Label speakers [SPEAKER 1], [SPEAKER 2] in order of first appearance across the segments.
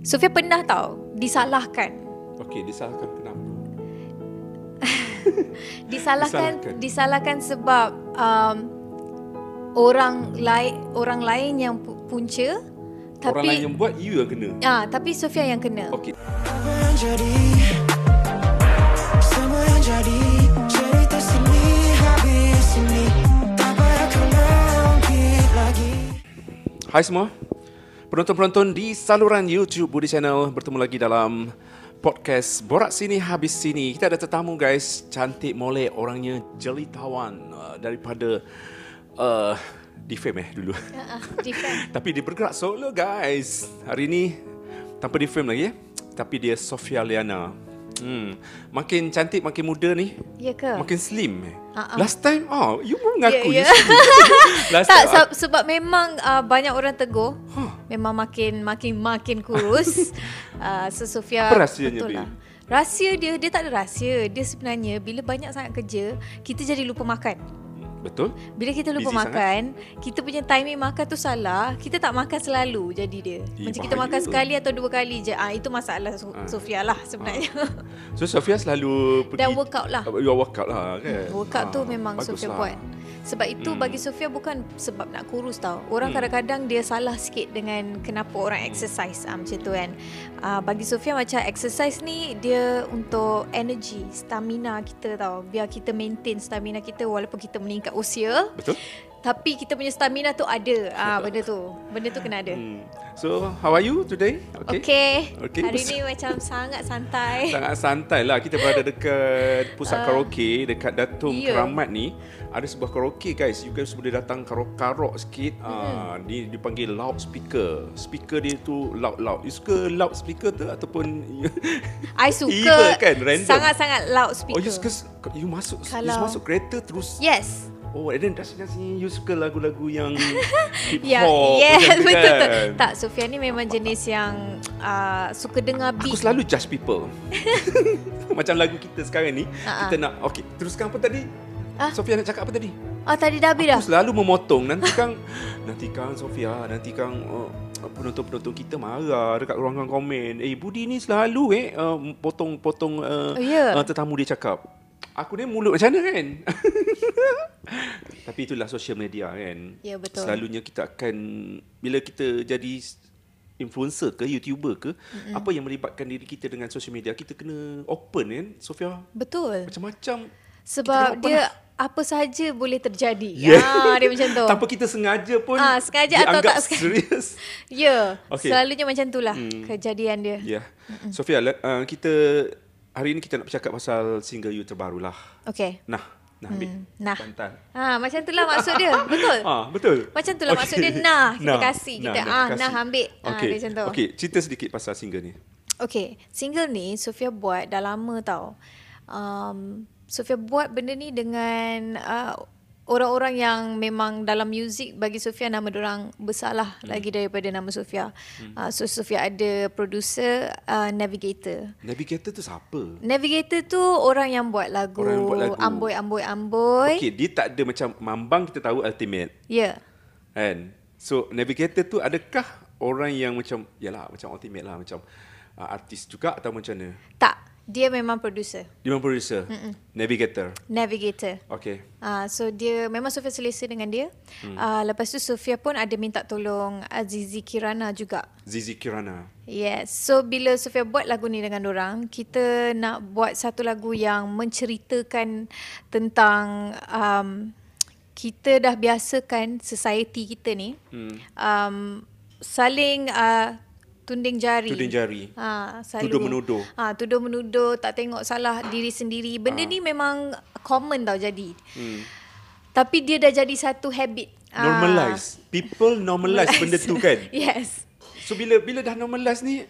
[SPEAKER 1] Sofia pernah tau disalahkan
[SPEAKER 2] Okey, disalahkan kenapa?
[SPEAKER 1] disalahkan
[SPEAKER 2] Disalahkan.
[SPEAKER 1] disalahkan sebab um, orang lain orang lain yang pu- punca tapi
[SPEAKER 2] Orang lain yang Oh. buat, you yang kena.
[SPEAKER 1] ah tapi Sofia yang kena.
[SPEAKER 2] Okey.
[SPEAKER 3] Apa yang jadi Semua yang jadi Cerita sini habis sini Tak payah kau nanti lagi
[SPEAKER 2] Hai semua. Penonton-penonton di saluran YouTube Budi Channel bertemu lagi dalam podcast Borak Sini Habis Sini. Kita ada tetamu guys, cantik molek, orangnya jeli tawan uh, daripada uh, di fame eh dulu.
[SPEAKER 1] Ah, different.
[SPEAKER 2] Tapi dia bergerak solo guys. Hari ni tanpa di fame lagi ya. Tapi dia Sofia Liana. Hmm, makin cantik, makin muda ni.
[SPEAKER 1] Ya ke?
[SPEAKER 2] Makin
[SPEAKER 1] Ah,
[SPEAKER 2] slim.
[SPEAKER 1] ah.
[SPEAKER 2] Uh-uh. Last time, oh, you pun mengaku
[SPEAKER 1] Ya,
[SPEAKER 2] yeah,
[SPEAKER 1] ya.
[SPEAKER 2] Last
[SPEAKER 1] tak
[SPEAKER 2] time,
[SPEAKER 1] sab- sebab memang uh, banyak orang tegur. Memang makin makin makin kurus. uh, so Sofia
[SPEAKER 2] Apa rahsianya,
[SPEAKER 1] betul
[SPEAKER 2] Bi?
[SPEAKER 1] lah. Rahsia dia dia tak ada rahsia. Dia sebenarnya bila banyak sangat kerja, kita jadi lupa makan.
[SPEAKER 2] ah, betul?
[SPEAKER 1] Bila kita lupa
[SPEAKER 2] Busy
[SPEAKER 1] makan, kita punya timing makan tu salah, kita tak makan selalu jadi dia.
[SPEAKER 2] Eh,
[SPEAKER 1] Macam kita
[SPEAKER 2] bahaya.
[SPEAKER 1] makan sekali atau dua kali je. Ah itu masalah so-
[SPEAKER 2] Ah.
[SPEAKER 1] Sofia lah sebenarnya.
[SPEAKER 2] So Sofia selalu pergi
[SPEAKER 1] Dan workout lah. Hmm,
[SPEAKER 2] Uh, You workout lah kan.
[SPEAKER 1] Workout tu
[SPEAKER 2] Ah,
[SPEAKER 1] memang
[SPEAKER 2] bagus
[SPEAKER 1] Sofia
[SPEAKER 2] lah. Hmm.
[SPEAKER 1] buat. Sebab itu bagi Sofia bukan sebab nak kurus tau. Orang kadang-kadang dia salah sikit dengan kenapa
[SPEAKER 2] Hmm.
[SPEAKER 1] orang exercise ah, macam tu kan. Ah, bagi Sofia macam exercise ni dia untuk energy, stamina kita tau. Biar kita maintain stamina kita walaupun kita meningkat usia.
[SPEAKER 2] Betul?
[SPEAKER 1] Tapi kita punya stamina tu ada. Ah benda tu. Benda tu kena ada.
[SPEAKER 2] Hmm. So how are you today?
[SPEAKER 1] Okay.
[SPEAKER 2] Okay.
[SPEAKER 1] okay.
[SPEAKER 2] Okay.
[SPEAKER 1] Hari ni macam sangat santai.
[SPEAKER 2] Sangat santai lah Kita berada dekat Pusat uh, karaoke Dekat
[SPEAKER 1] Ah.
[SPEAKER 2] Datum
[SPEAKER 1] ya.
[SPEAKER 2] yeah. Keramat ni Ada sebuah karaoke guys You guys boleh datang Karok-karok sikit uh,
[SPEAKER 1] Hmm.
[SPEAKER 2] Ni dipanggil loudspeaker Speaker dia tu Loud-loud You suka loudspeaker tu Ataupun
[SPEAKER 1] I
[SPEAKER 2] Evil
[SPEAKER 1] suka
[SPEAKER 2] kan, random.
[SPEAKER 1] sangat-sangat loud
[SPEAKER 2] Oh
[SPEAKER 1] speaker.
[SPEAKER 2] you suka You masuk You
[SPEAKER 1] Kalau- Ya.
[SPEAKER 2] masuk kereta terus
[SPEAKER 1] Yes.
[SPEAKER 2] Oh and then Dasyat sini You suka lagu-lagu yang Hip hop
[SPEAKER 1] Ya, yeah,
[SPEAKER 2] macam tu
[SPEAKER 1] betul betul.
[SPEAKER 2] kan?
[SPEAKER 1] Tak, Sofia ni memang jenis yang uh, suka dengar beat.
[SPEAKER 2] Aku selalu judge people Macam lagu kita sekarang ni
[SPEAKER 1] Ah, ah.
[SPEAKER 2] Kita nak Okay teruskan apa tadi
[SPEAKER 1] Ah.
[SPEAKER 2] Sofia nak cakap apa tadi
[SPEAKER 1] Oh, tadi dah habis dah.
[SPEAKER 2] Aku selalu memotong Nanti kang Nanti kang Sofia Nanti kang uh, Penonton-penonton kita marah Dekat ruangan komen Eh Budi ni selalu eh uh, Potong-potong uh,
[SPEAKER 1] Oh, ya.
[SPEAKER 2] uh, Tetamu dia cakap Aku ni mulut macam mana kan Tapi itulah social media kan
[SPEAKER 1] Ya, betul.
[SPEAKER 2] Selalunya kita akan Bila kita jadi s- Influencer ke YouTuber ke mm-hmm. Apa yang melibatkan diri kita dengan social media Kita kena open kan Sofia
[SPEAKER 1] Betul.
[SPEAKER 2] Macam-macam
[SPEAKER 1] Sebab
[SPEAKER 2] kita nak
[SPEAKER 1] dia apa saja boleh terjadi.
[SPEAKER 2] Ya.
[SPEAKER 1] Ah, dia macam tu.
[SPEAKER 2] Tanpa kita sengaja pun
[SPEAKER 1] Ah, sengaja atau
[SPEAKER 2] dianggap
[SPEAKER 1] tak sengaja.
[SPEAKER 2] serius.
[SPEAKER 1] Ya, yeah,
[SPEAKER 2] Okey.
[SPEAKER 1] selalunya macam tu lah kejadian dia.
[SPEAKER 2] Ya. Yeah. Sofia, le- uh, kita hari ini kita nak bercakap pasal single you terbarulah.
[SPEAKER 1] Okay.
[SPEAKER 2] Nah, nah ambil.
[SPEAKER 1] Hmm, nah.
[SPEAKER 2] Bantal.
[SPEAKER 1] Ha, macam tu lah maksud dia. Betul.
[SPEAKER 2] Ah, betul.
[SPEAKER 1] Macam tu lah maksud dia, nah, kita kasih, kita, ah,
[SPEAKER 2] kasih.
[SPEAKER 1] nah, ambil. Ah,
[SPEAKER 2] Okey.
[SPEAKER 1] dia macam tu.
[SPEAKER 2] Okey, cerita sedikit pasal single ni.
[SPEAKER 1] Okay, single ni Sofia buat dah lama tau. Um, Sofia buat benda ni dengan uh, orang-orang yang memang dalam muzik bagi Sofia nama orang besarlah hmm. lagi daripada nama Sofia. Hmm. Uh, so Sofia ada producer, uh, navigator.
[SPEAKER 2] Navigator tu siapa?
[SPEAKER 1] Navigator tu orang yang buat lagu,
[SPEAKER 2] Orang yang buat lagu.
[SPEAKER 1] amboi amboi amboi.
[SPEAKER 2] Okey, dia tak ada macam mambang kita tahu ultimate.
[SPEAKER 1] Ya. Yeah.
[SPEAKER 2] Kan? So navigator tu adakah orang yang macam yalah macam ultimate lah macam uh, artis juga atau macam mana?
[SPEAKER 1] Tak, dia memang producer,
[SPEAKER 2] Dia memang producer. Mm-mm. Navigator.
[SPEAKER 1] navigator.
[SPEAKER 2] Okay.
[SPEAKER 1] Ah, so dia memang Sofia selesa dengan dia. Hmm. Ah, lepas tu Sofia pun ada minta tolong Azizi Kirana juga.
[SPEAKER 2] Zizi Kirana.
[SPEAKER 1] Yes. So bila Sofia buat lagu ni dengan orang, kita nak buat satu lagu yang menceritakan tentang um, kita dah biasakan society kita ni hmm. um, saling uh, tunding jari.
[SPEAKER 2] Tuding jari.
[SPEAKER 1] Ha, selalu.
[SPEAKER 2] Tuduh menuduh.
[SPEAKER 1] Ha, tuduh menuduh, tak tengok salah diri sendiri. Benda ha. ni memang common tau jadi. Hmm. Tapi dia dah jadi satu habit. Ah.
[SPEAKER 2] Normalize. People normalize benda tu kan.
[SPEAKER 1] yes.
[SPEAKER 2] So bila bila dah normalize ni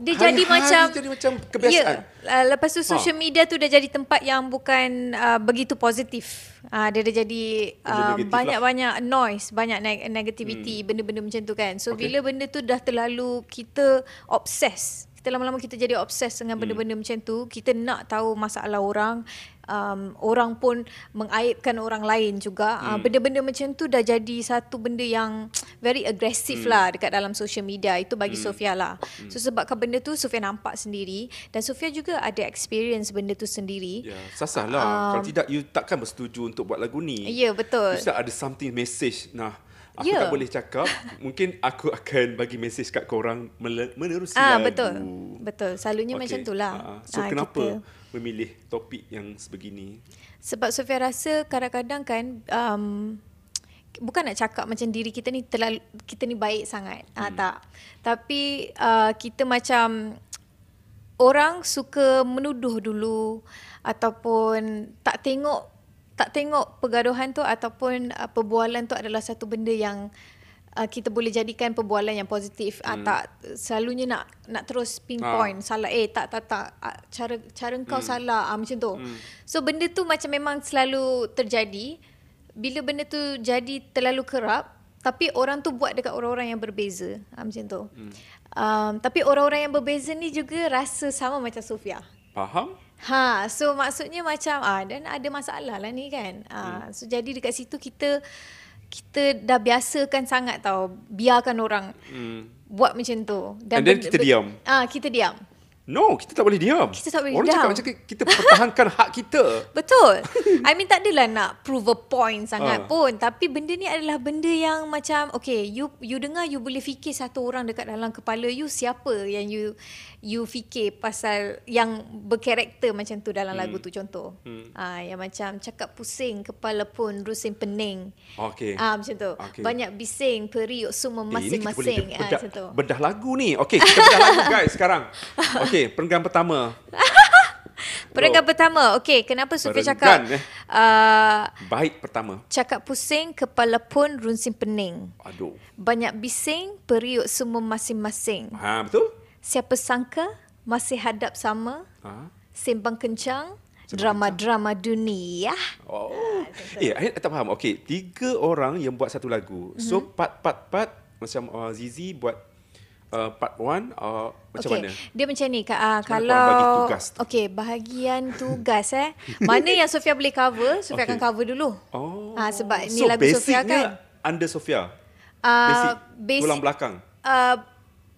[SPEAKER 1] Dia
[SPEAKER 2] hari-hari
[SPEAKER 1] jadi macam
[SPEAKER 2] jadi macam kebiasaan. Ha.
[SPEAKER 1] Ya, uh, lepas tu social media tu dah jadi tempat yang bukan uh, begitu positif. Uh, dia dah jadi
[SPEAKER 2] Benda
[SPEAKER 1] uh,
[SPEAKER 2] negatif lah.
[SPEAKER 1] banyak-banyak noise, banyak neg- negativity, benda-benda macam tu kan. So
[SPEAKER 2] Hmm. Okay.
[SPEAKER 1] bila benda tu dah terlalu kita obses, kita lama-lama kita jadi obses
[SPEAKER 2] Hmm.
[SPEAKER 1] dengan benda-benda macam tu kita nak tahu masalah orang um, orang pun mengaibkan orang lain juga
[SPEAKER 2] Hmm.
[SPEAKER 1] uh, benda-benda macam tu dah jadi satu benda yang very
[SPEAKER 2] Hmm.
[SPEAKER 1] agresif lah dekat dalam social media itu bagi Sofia lah so sebabkan benda tu Sofia nampak sendiri dan Sofia juga ada experience benda tu sendiri
[SPEAKER 2] Ya, sasah lah. Um, Kalau tidak, you takkan bersetuju untuk buat lagu ni.
[SPEAKER 1] Ah. Ya, betul.
[SPEAKER 2] You still ada something message. Nah, aku
[SPEAKER 1] Ya.
[SPEAKER 2] tak boleh cakap. Mungkin aku akan bagi message kat korang mele- menerusi
[SPEAKER 1] ah
[SPEAKER 2] lagu.
[SPEAKER 1] betul betul selalunya okay. macam tu lah
[SPEAKER 2] Ah, so,
[SPEAKER 1] Ah,
[SPEAKER 2] kenapa
[SPEAKER 1] kita-
[SPEAKER 2] memilih topik yang sebegini?
[SPEAKER 1] Sebab Sofia rasa kadang-kadang kan um, bukan nak cakap macam diri kita ni terlalu kita ni baik sangat. Hmm. Ah tak. Tapi uh, kita macam orang suka menuduh dulu ataupun tak tengok tak tengok pergaduhan tu ataupun uh, perbualan tu adalah satu benda yang uh, kita boleh jadikan perbualan yang positif. Hmm. Ah tak selalunya nak nak terus pinpoint salah eh tak tak tak Ah, cara cara kau salah ah, macam tu. Hmm. So benda tu macam memang selalu terjadi bila benda tu jadi terlalu kerap tapi orang tu buat dekat orang-orang yang berbeza ha, macam tu hmm. um, tapi orang-orang yang berbeza ni juga rasa sama macam Sofia
[SPEAKER 2] Faham?
[SPEAKER 1] ha so maksudnya macam ah dan ada masalah lah ni kan ah hmm. so jadi dekat situ kita kita dah biasakan sangat tau biarkan orang
[SPEAKER 2] Hmm.
[SPEAKER 1] buat macam tu
[SPEAKER 2] And then
[SPEAKER 1] benda-
[SPEAKER 2] kita
[SPEAKER 1] ben-
[SPEAKER 2] diam.
[SPEAKER 1] ah kita diam
[SPEAKER 2] No, kita tak boleh diam.
[SPEAKER 1] Kita tak boleh
[SPEAKER 2] Orang
[SPEAKER 1] diam.
[SPEAKER 2] Orang cakap macam kita pertahankan hak kita.
[SPEAKER 1] Betul. I mean tak adalah nak prove a point sangat
[SPEAKER 2] Ah.
[SPEAKER 1] pun. Tapi benda ni adalah benda yang macam okay, you you dengar you boleh fikir satu orang dekat dalam kepala you siapa yang you you fikir pasal yang berkarakter macam tu dalam hmm. lagu tu contoh. Hmm. Ah yang macam cakap pusing kepala pun rusin pening.
[SPEAKER 2] Okay.
[SPEAKER 1] Ah macam tu. Okay.
[SPEAKER 2] Okey.
[SPEAKER 1] Banyak bising, periuk semua
[SPEAKER 2] Eh, ini kita boleh
[SPEAKER 1] masing-masing. ah
[SPEAKER 2] bedah,
[SPEAKER 1] macam tu.
[SPEAKER 2] bedah lagu ni. Okey, kita bedah lagu guys sekarang. Okey, perenggan pertama.
[SPEAKER 1] Perenggan pertama. Okay, kenapa Sufi cakap
[SPEAKER 2] Perenggan, eh.
[SPEAKER 1] uh,
[SPEAKER 2] Baik pertama.
[SPEAKER 1] cakap pusing kepala pun rusin pening.
[SPEAKER 2] Aduh.
[SPEAKER 1] Banyak bising, periuk semua masing-masing.
[SPEAKER 2] Ha, betul?
[SPEAKER 1] Siapa sangka masih hadap sama,
[SPEAKER 2] Ha.
[SPEAKER 1] sembang kencang, drama-drama dunia.
[SPEAKER 2] Oh.
[SPEAKER 1] Ah,
[SPEAKER 2] eh, I tak faham. Okey, tiga orang yang buat satu lagu. Mm-hmm. So
[SPEAKER 1] Mhm.
[SPEAKER 2] part part part macam uh, Zizi buat uh, part one uh, macam
[SPEAKER 1] Okey,
[SPEAKER 2] mana?
[SPEAKER 1] Dia macam ni, Kak. Ah,
[SPEAKER 2] Macam mana
[SPEAKER 1] kalau...
[SPEAKER 2] korang bagi tugas tu?
[SPEAKER 1] Okey, bahagian tugas eh. Mana yang Sofia boleh cover, Sofia
[SPEAKER 2] Okey.
[SPEAKER 1] akan cover dulu.
[SPEAKER 2] Oh.
[SPEAKER 1] Ah, sebab ni
[SPEAKER 2] so,
[SPEAKER 1] lagu Sofia
[SPEAKER 2] basicnya
[SPEAKER 1] kan.
[SPEAKER 2] Under Sofia.
[SPEAKER 1] Ah,
[SPEAKER 2] basic,
[SPEAKER 1] basic-
[SPEAKER 2] Tulang belakang.
[SPEAKER 1] Uh,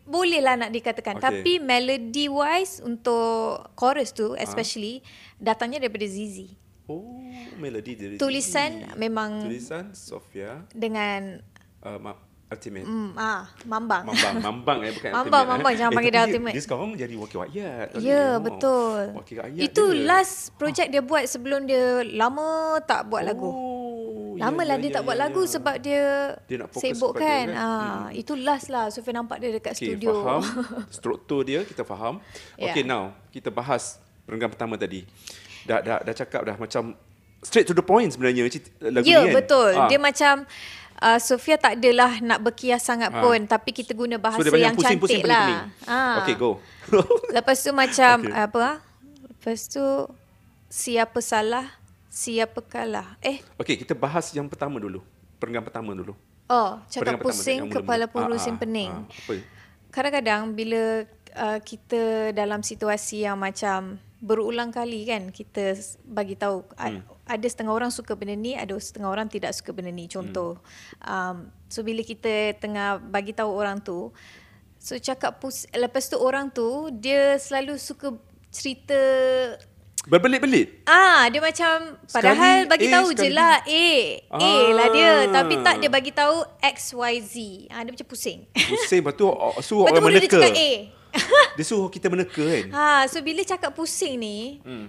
[SPEAKER 1] boleh lah nak dikatakan.
[SPEAKER 2] Okey.
[SPEAKER 1] Tapi melody wise untuk chorus tu
[SPEAKER 2] Ah.
[SPEAKER 1] especially, datangnya daripada Zizi.
[SPEAKER 2] Oh, melody dari
[SPEAKER 1] Tulisan
[SPEAKER 2] Zizi.
[SPEAKER 1] memang-
[SPEAKER 2] Tulisan Sofia
[SPEAKER 1] Dengan
[SPEAKER 2] uh, Ma- Ultimate.
[SPEAKER 1] mm, ah, Mambang.
[SPEAKER 2] Mambang, mambang eh bukan
[SPEAKER 1] Mambang,
[SPEAKER 2] ultimate,
[SPEAKER 1] mambang, jangan panggil dia
[SPEAKER 2] tapi
[SPEAKER 1] ultimate.
[SPEAKER 2] Dia sekarang jadi wakil rakyat.
[SPEAKER 1] Ya,
[SPEAKER 2] Tadi
[SPEAKER 1] yeah,
[SPEAKER 2] tengok.
[SPEAKER 1] betul.
[SPEAKER 2] Wakil rakyat.
[SPEAKER 1] Itu
[SPEAKER 2] dia.
[SPEAKER 1] last project dia buat sebelum dia lama tak buat lagu.
[SPEAKER 2] Oh, ya,
[SPEAKER 1] Lamalah
[SPEAKER 2] ya,
[SPEAKER 1] dia
[SPEAKER 2] ya,
[SPEAKER 1] tak buat
[SPEAKER 2] ya,
[SPEAKER 1] lagu
[SPEAKER 2] ya.
[SPEAKER 1] sebab dia,
[SPEAKER 2] Dia nak fokus
[SPEAKER 1] sibuk
[SPEAKER 2] kepada
[SPEAKER 1] kan.
[SPEAKER 2] dia,
[SPEAKER 1] Ha,
[SPEAKER 2] kan?
[SPEAKER 1] hmm. Itu last lah Sofian nampak dia dekat
[SPEAKER 2] Okay,
[SPEAKER 1] studio.
[SPEAKER 2] faham. Struktur dia kita faham.
[SPEAKER 1] Ya.
[SPEAKER 2] Yeah. Okay, now kita bahas perenggan pertama tadi. Dah dah dah cakap dah macam straight to the point sebenarnya cit- lagu
[SPEAKER 1] ya,
[SPEAKER 2] ni kan.
[SPEAKER 1] betul.
[SPEAKER 2] Ah,
[SPEAKER 1] Dia macam uh, Sofia tak adalah nak berkias sangat
[SPEAKER 2] Ah.
[SPEAKER 1] pun tapi kita guna bahasa
[SPEAKER 2] dia panggil
[SPEAKER 1] yang cantik lah.
[SPEAKER 2] pening-pening. Okay, go.
[SPEAKER 1] Lepas tu macam
[SPEAKER 2] Okay.
[SPEAKER 1] okay. apa? ah? Lepas tu siapa salah, siapa kalah. Eh,
[SPEAKER 2] okay, kita bahas yang pertama dulu. Perenggan pertama dulu.
[SPEAKER 1] oh,
[SPEAKER 2] Perenggan
[SPEAKER 1] cakap
[SPEAKER 2] pertama,
[SPEAKER 1] pusing
[SPEAKER 2] yang mula-mula.
[SPEAKER 1] kepala pun
[SPEAKER 2] Ah,
[SPEAKER 1] rusin
[SPEAKER 2] ah,
[SPEAKER 1] pening.
[SPEAKER 2] ah, apa?
[SPEAKER 1] kadang-kadang bila uh, kita dalam situasi yang macam berulang kali kan kita s- bagi tahu hmm. ada setengah orang suka benda ni ada setengah orang tidak suka benda ni contoh hmm. um, so bila kita tengah bagi tahu orang tu so cakap pus- lepas tu orang tu dia selalu suka cerita
[SPEAKER 2] Berbelit-belit.
[SPEAKER 1] Ah, dia macam padahal
[SPEAKER 2] Sekali
[SPEAKER 1] bagi
[SPEAKER 2] A,
[SPEAKER 1] tahu je
[SPEAKER 2] sekali
[SPEAKER 1] lah A. A lah dia.
[SPEAKER 2] Ah.
[SPEAKER 1] Tapi tak dia bagi tahu X, Y, Z. Ah, dia macam pusing.
[SPEAKER 2] Pusing lepas tu oh, suruh
[SPEAKER 1] Lepas tu
[SPEAKER 2] orang
[SPEAKER 1] mulut dia
[SPEAKER 2] meneka.
[SPEAKER 1] cakap "Eh." A.
[SPEAKER 2] Dia suruh kita meneka kan.
[SPEAKER 1] Ha, so bila cakap pusing ni,
[SPEAKER 2] Hmm.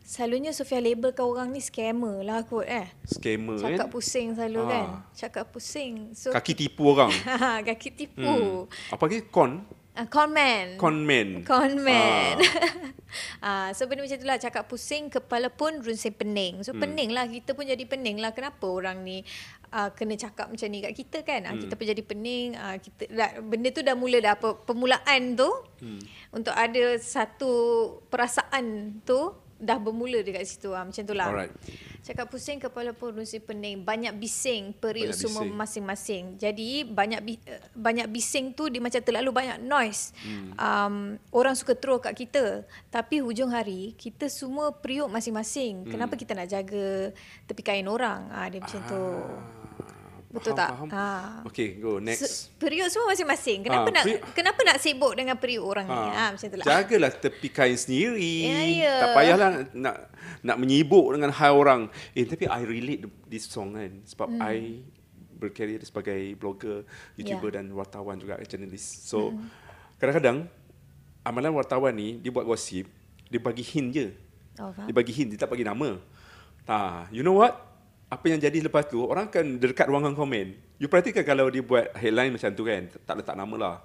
[SPEAKER 1] selalunya Sofia labelkan orang ni scammer lah kot eh.
[SPEAKER 2] Scammer
[SPEAKER 1] Cakap
[SPEAKER 2] kan.
[SPEAKER 1] pusing selalu
[SPEAKER 2] Ah.
[SPEAKER 1] ha. kan. Cakap pusing. So
[SPEAKER 2] Kaki tipu orang.
[SPEAKER 1] ha, kaki tipu.
[SPEAKER 2] Hmm. Apa lagi? Con?
[SPEAKER 1] Ah, con man.
[SPEAKER 2] Con man.
[SPEAKER 1] Con man.
[SPEAKER 2] Ah.
[SPEAKER 1] Ah. so benda macam tu lah Cakap pusing Kepala pun runsing pening So hmm. pening lah Kita pun jadi pening lah Kenapa orang ni uh, Kena cakap macam ni kat kita kan hmm. Kita pun jadi pening uh, kita dah, Benda tu dah mula dah pe- Permulaan tu hmm. Untuk ada satu Perasaan tu Dah bermula dekat situ ah, Macam tu lah
[SPEAKER 2] Alright.
[SPEAKER 1] Cakap pusing kepala perusi pening, banyak bising perih
[SPEAKER 2] Banyak
[SPEAKER 1] banyak semua
[SPEAKER 2] bising.
[SPEAKER 1] masing-masing. Jadi banyak bi- eh, banyak bising tu dia macam terlalu banyak noise. Hmm. Um, orang suka throw kat kita, tapi hujung hari kita semua periuk masing-masing. Hmm. Kenapa kita nak jaga tepi kain orang? Ah dia macam tu. Betul tak?
[SPEAKER 2] Faham.
[SPEAKER 1] Ha.
[SPEAKER 2] Okay, go next.
[SPEAKER 1] So, periuk semua masing-masing. Kenapa
[SPEAKER 2] Ah,
[SPEAKER 1] nak
[SPEAKER 2] periuk-
[SPEAKER 1] kenapa nak sibuk dengan periuk orang ni? Ah macam tu lah.
[SPEAKER 2] Ha. Jagalah tepi kain sendiri.
[SPEAKER 1] Ya, ya.
[SPEAKER 2] Tak payahlah nak- nak nak menyibuk dengan hal orang. Eh, tapi I relate this song kan. Sebab
[SPEAKER 1] Hmm.
[SPEAKER 2] mm. I berkarier sebagai blogger, YouTuber
[SPEAKER 1] Ya.
[SPEAKER 2] yeah. dan wartawan juga, jurnalis. So,
[SPEAKER 1] Hmm.
[SPEAKER 2] mm. kadang-kadang amalan wartawan ni, dia buat gosip, dia bagi hint je.
[SPEAKER 1] Oh, faham.
[SPEAKER 2] Dia bagi hint, dia tak bagi nama. Ha, you know what? Apa yang jadi lepas tu, orang akan dekat ruangan komen. You perhatikan kalau dia buat headline macam tu kan, tak letak nama lah.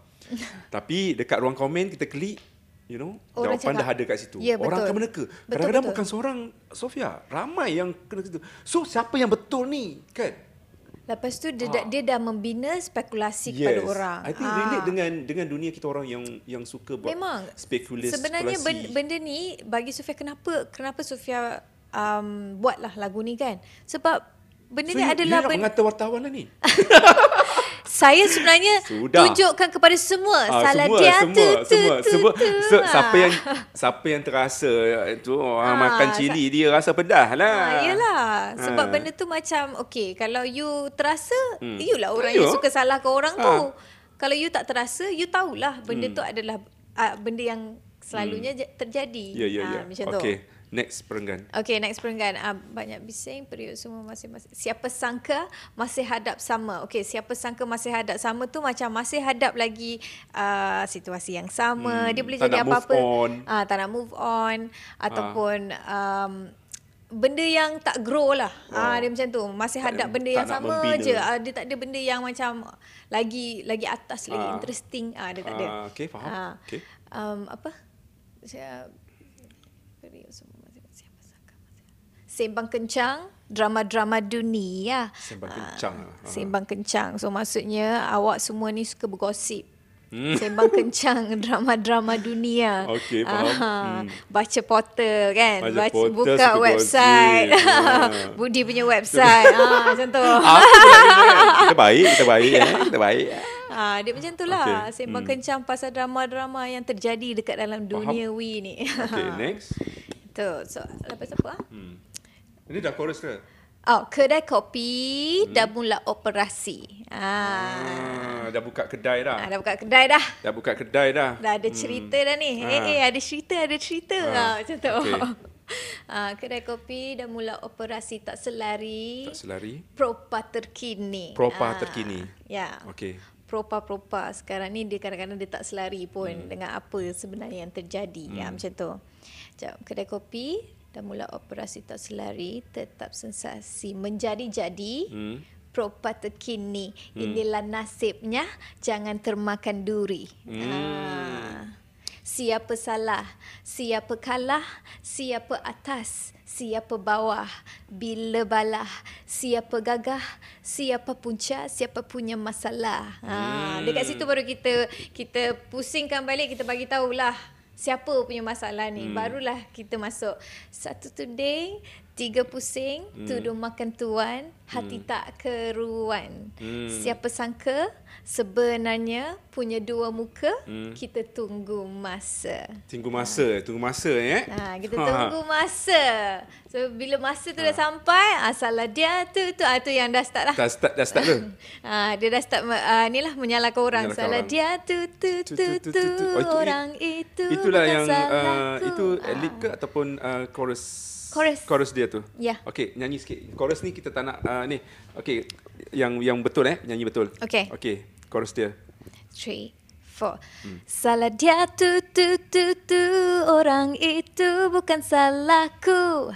[SPEAKER 2] Tapi dekat ruang komen kita klik, you know,
[SPEAKER 1] Orang
[SPEAKER 2] jawapan
[SPEAKER 1] Oh, cakap.
[SPEAKER 2] dah ada kat situ.
[SPEAKER 1] Ya,
[SPEAKER 2] orang
[SPEAKER 1] betul.
[SPEAKER 2] akan meneka.
[SPEAKER 1] Betul,
[SPEAKER 2] Kadang-kadang
[SPEAKER 1] betul.
[SPEAKER 2] bukan seorang Sofia, ramai yang kena situ. So siapa yang betul ni? Kan?
[SPEAKER 1] Lepas tu dia, ha. dia dah membina spekulasi yes. kepada orang.
[SPEAKER 2] Ah. I think
[SPEAKER 1] Ah.
[SPEAKER 2] relate dengan dengan dunia kita orang yang yang suka buat
[SPEAKER 1] Memang
[SPEAKER 2] spekulasi.
[SPEAKER 1] Sebenarnya benda, benda ni bagi Sofia kenapa kenapa Sofia um, buatlah lagu ni kan? Sebab benda
[SPEAKER 2] so,
[SPEAKER 1] ni
[SPEAKER 2] you,
[SPEAKER 1] adalah
[SPEAKER 2] you nak
[SPEAKER 1] benda,
[SPEAKER 2] mengata wartawan lah ni.
[SPEAKER 1] saya sebenarnya
[SPEAKER 2] Sudah.
[SPEAKER 1] tunjukkan kepada semua
[SPEAKER 2] Ah,
[SPEAKER 1] salah
[SPEAKER 2] semua,
[SPEAKER 1] dia
[SPEAKER 2] semua,
[SPEAKER 1] tu,
[SPEAKER 2] semua,
[SPEAKER 1] tu,
[SPEAKER 2] semua,
[SPEAKER 1] tu,
[SPEAKER 2] so,
[SPEAKER 1] ah.
[SPEAKER 2] siapa yang siapa yang terasa itu orang
[SPEAKER 1] Ah,
[SPEAKER 2] makan cili dia rasa pedas lah.
[SPEAKER 1] Ah, yelah sebab
[SPEAKER 2] Ah.
[SPEAKER 1] benda tu macam okay kalau you terasa hmm. you lah orang
[SPEAKER 2] You.
[SPEAKER 1] yang suka salahkan orang
[SPEAKER 2] Ah.
[SPEAKER 1] tu kalau you tak terasa you tahulah benda hmm. tu adalah uh, benda yang selalunya hmm. terjadi
[SPEAKER 2] Ya ya
[SPEAKER 1] Ah,
[SPEAKER 2] ya.
[SPEAKER 1] macam tu
[SPEAKER 2] Okay, next perenggan.
[SPEAKER 1] Okay, next perenggan. Uh, banyak bising, periuk semua masing-masing. Siapa sangka masih hadap sama. Okay, siapa sangka masih hadap sama tu macam masih hadap lagi uh, situasi yang sama.
[SPEAKER 2] Hmm,
[SPEAKER 1] Hmm, Dia boleh
[SPEAKER 2] tak
[SPEAKER 1] jadi
[SPEAKER 2] nak move
[SPEAKER 1] apa-apa.
[SPEAKER 2] on. Ah.
[SPEAKER 1] Uh, tak nak move on. Ataupun um, benda yang tak grow lah. Ah dia macam tu. Masih
[SPEAKER 2] Oh. Tak
[SPEAKER 1] hadap
[SPEAKER 2] ada-
[SPEAKER 1] benda
[SPEAKER 2] tak
[SPEAKER 1] yang
[SPEAKER 2] nak
[SPEAKER 1] sama
[SPEAKER 2] membina.
[SPEAKER 1] je. Ah dia tak ada benda yang macam lagi lagi atas, lagi
[SPEAKER 2] Ah.
[SPEAKER 1] interesting. Ah dia tak ada.
[SPEAKER 2] Ah, okay, faham.
[SPEAKER 1] Ah.
[SPEAKER 2] Okay.
[SPEAKER 1] Um, apa? Saya periuk semua masing-masing. Siapa sangka masih Sembang Kencang drama-drama dunia.
[SPEAKER 2] Sembang
[SPEAKER 1] Ah,
[SPEAKER 2] Kencang, ah.
[SPEAKER 1] Sembang Kencang. So maksudnya awak semua ni suka bergosip. Sembang kencang drama-drama dunia.
[SPEAKER 2] Hmm. Okey, faham. Hmm.
[SPEAKER 1] Ah, Baca portal kan.
[SPEAKER 2] Baca portal,
[SPEAKER 1] buka
[SPEAKER 2] suka Ya.
[SPEAKER 1] website.
[SPEAKER 2] gosip.
[SPEAKER 1] Budi punya website. ah, macam tu.
[SPEAKER 2] Apa yang- Ah, kita baik, kita baik, eh, kita baik.
[SPEAKER 1] Ah, dia macam tu lah.
[SPEAKER 2] Okey, Hmm.
[SPEAKER 1] Okay. Sembang kencang pasal drama-drama yang terjadi dekat dalam dunia we ni.
[SPEAKER 2] Okay, next.
[SPEAKER 1] Tu. So, lepas apa? ah?
[SPEAKER 2] Ini dah chorus ke?
[SPEAKER 1] Oh, kedai kopi hmm. dah mula operasi. Ah,
[SPEAKER 2] Ah, dah buka kedai dah.
[SPEAKER 1] ah. dah buka kedai dah.
[SPEAKER 2] Dah buka kedai dah.
[SPEAKER 1] Dah ada cerita hmm. dah ni. Eh,
[SPEAKER 2] Ah.
[SPEAKER 1] eh, ada cerita, ada cerita.
[SPEAKER 2] Ah,
[SPEAKER 1] Ah. macam tu.
[SPEAKER 2] okey.
[SPEAKER 1] Okay. ah, kedai kopi dah mula operasi tak selari.
[SPEAKER 2] Tak selari.
[SPEAKER 1] Propa terkini. Ah,
[SPEAKER 2] Propa terkini.
[SPEAKER 1] Ya.
[SPEAKER 2] Okey.
[SPEAKER 1] Propa-propa sekarang ni dia kadang-kadang dia tak selari pun hmm. dengan apa sebenarnya yang terjadi. Hmm. Ya, macam tu. Sekejap, kedai kopi dah mula operasi tak selari, tetap sensasi menjadi-jadi. Hmm. Propa terkini. Inilah nasibnya, jangan termakan duri. Ah. Hmm. Siapa salah, siapa kalah, siapa atas, siapa bawah, bila balah, siapa gagah, siapa punca, siapa punya masalah. Ha, dekat situ baru kita kita pusingkan balik, kita bagi tahulah siapa punya masalah ni. Hmm. Barulah kita masuk satu tuding, tiga pusing, hmm. tudung makan tuan, hati tak keruan. Hmm. Siapa sangka sebenarnya punya dua muka, hmm. kita tunggu masa.
[SPEAKER 2] Tunggu masa, tunggu masa eh.
[SPEAKER 1] Ha, kita
[SPEAKER 2] Ha.
[SPEAKER 1] tunggu masa. So bila masa tu ha. dah sampai, asalah dia tu tu ah, tu yang dah start lah.
[SPEAKER 2] Dah start dah start tu.
[SPEAKER 1] Ha, dia dah start me- ah, ni lah menyalahkan orang.
[SPEAKER 2] Menyalahkan
[SPEAKER 1] Salah
[SPEAKER 2] orang.
[SPEAKER 1] dia tu tu tu tu, tu, tu.
[SPEAKER 2] Oh, itu-
[SPEAKER 1] orang itu
[SPEAKER 2] Itulah
[SPEAKER 1] bukan
[SPEAKER 2] yang uh,
[SPEAKER 1] salahku.
[SPEAKER 2] itu
[SPEAKER 1] Ah.
[SPEAKER 2] lead ke ataupun uh, chorus
[SPEAKER 1] Chorus.
[SPEAKER 2] chorus dia tu.
[SPEAKER 1] Ya.
[SPEAKER 2] Okey, nyanyi sikit. Chorus ni kita tak nak uh, ni. Okey, yang yang betul eh, nyanyi betul.
[SPEAKER 1] Okey.
[SPEAKER 2] Okey, chorus dia.
[SPEAKER 1] three, four. Salah dia tu tu tu tu orang itu bukan salahku.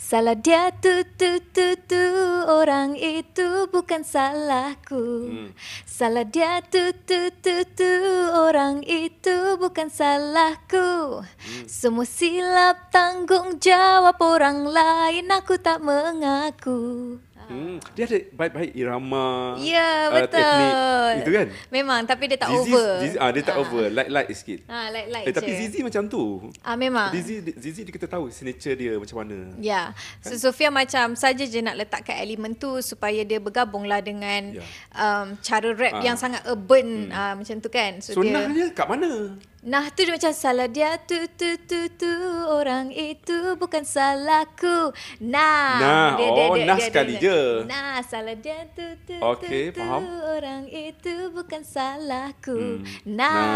[SPEAKER 1] Salah dia tu tu tu tu orang itu bukan salahku.
[SPEAKER 2] Hmm.
[SPEAKER 1] Salah dia tu tu tu tu orang itu bukan salahku.
[SPEAKER 2] Hmm.
[SPEAKER 1] Semua silap tanggung jawab orang lain aku tak mengaku. Ah,
[SPEAKER 2] Hmm. Dia ada baik-baik irama.
[SPEAKER 1] Ya,
[SPEAKER 2] ah,
[SPEAKER 1] betul.
[SPEAKER 2] teknik, itu kan?
[SPEAKER 1] Memang tapi dia tak
[SPEAKER 2] Zizi,
[SPEAKER 1] over.
[SPEAKER 2] Zizi, ah, dia tak over. Light-light sikit.
[SPEAKER 1] Ah, light-light
[SPEAKER 2] eh, tapi
[SPEAKER 1] je.
[SPEAKER 2] Zizi macam tu.
[SPEAKER 1] Ah memang.
[SPEAKER 2] Zizi, Zizi dia kita tahu signature dia macam mana.
[SPEAKER 1] Ya.
[SPEAKER 2] Kan?
[SPEAKER 1] So Sofia macam saja je nak letakkan elemen tu supaya dia bergabunglah dengan
[SPEAKER 2] Ya.
[SPEAKER 1] um, cara rap
[SPEAKER 2] Ah. Hmm.
[SPEAKER 1] yang sangat urban ah, macam tu kan. So dia
[SPEAKER 2] Sunnahnya kat mana?
[SPEAKER 1] Nah tu dia macam salah dia tu tu tu tu orang itu bukan salahku. Nah.
[SPEAKER 2] Nah, oh, nah sekali je.
[SPEAKER 1] Nah salah dia tu tu
[SPEAKER 2] Okey,
[SPEAKER 1] tu, tu
[SPEAKER 2] faham.
[SPEAKER 1] orang itu bukan salahku.
[SPEAKER 2] Hmm.
[SPEAKER 1] Nah. Ah,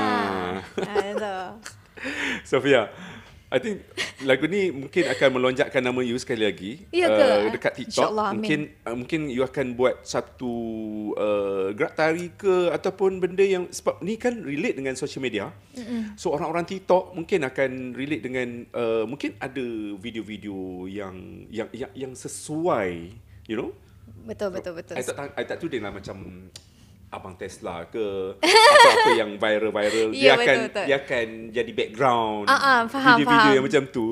[SPEAKER 2] Nah.
[SPEAKER 1] nah. itu.
[SPEAKER 2] Sofia, I think lagu ni mungkin akan melonjakkan nama you sekali lagi Eh,
[SPEAKER 1] Ya ke?
[SPEAKER 2] dekat TikTok.
[SPEAKER 1] InsyaAllah, amin.
[SPEAKER 2] mungkin uh, mungkin you akan buat satu uh, gerak tari ke ataupun benda yang sebab ni kan relate dengan social media. Mm-mm. So orang-orang TikTok mungkin akan relate dengan uh, mungkin ada video-video yang yang yang, yang sesuai, you know?
[SPEAKER 1] Betul betul betul.
[SPEAKER 2] I tak I tak tuding lah macam abang Tesla ke atau apa yang viral-viral dia
[SPEAKER 1] Ya, betul,
[SPEAKER 2] akan
[SPEAKER 1] betul.
[SPEAKER 2] dia akan jadi background
[SPEAKER 1] Ah, ah, faham,
[SPEAKER 2] video-video
[SPEAKER 1] faham.
[SPEAKER 2] yang macam tu.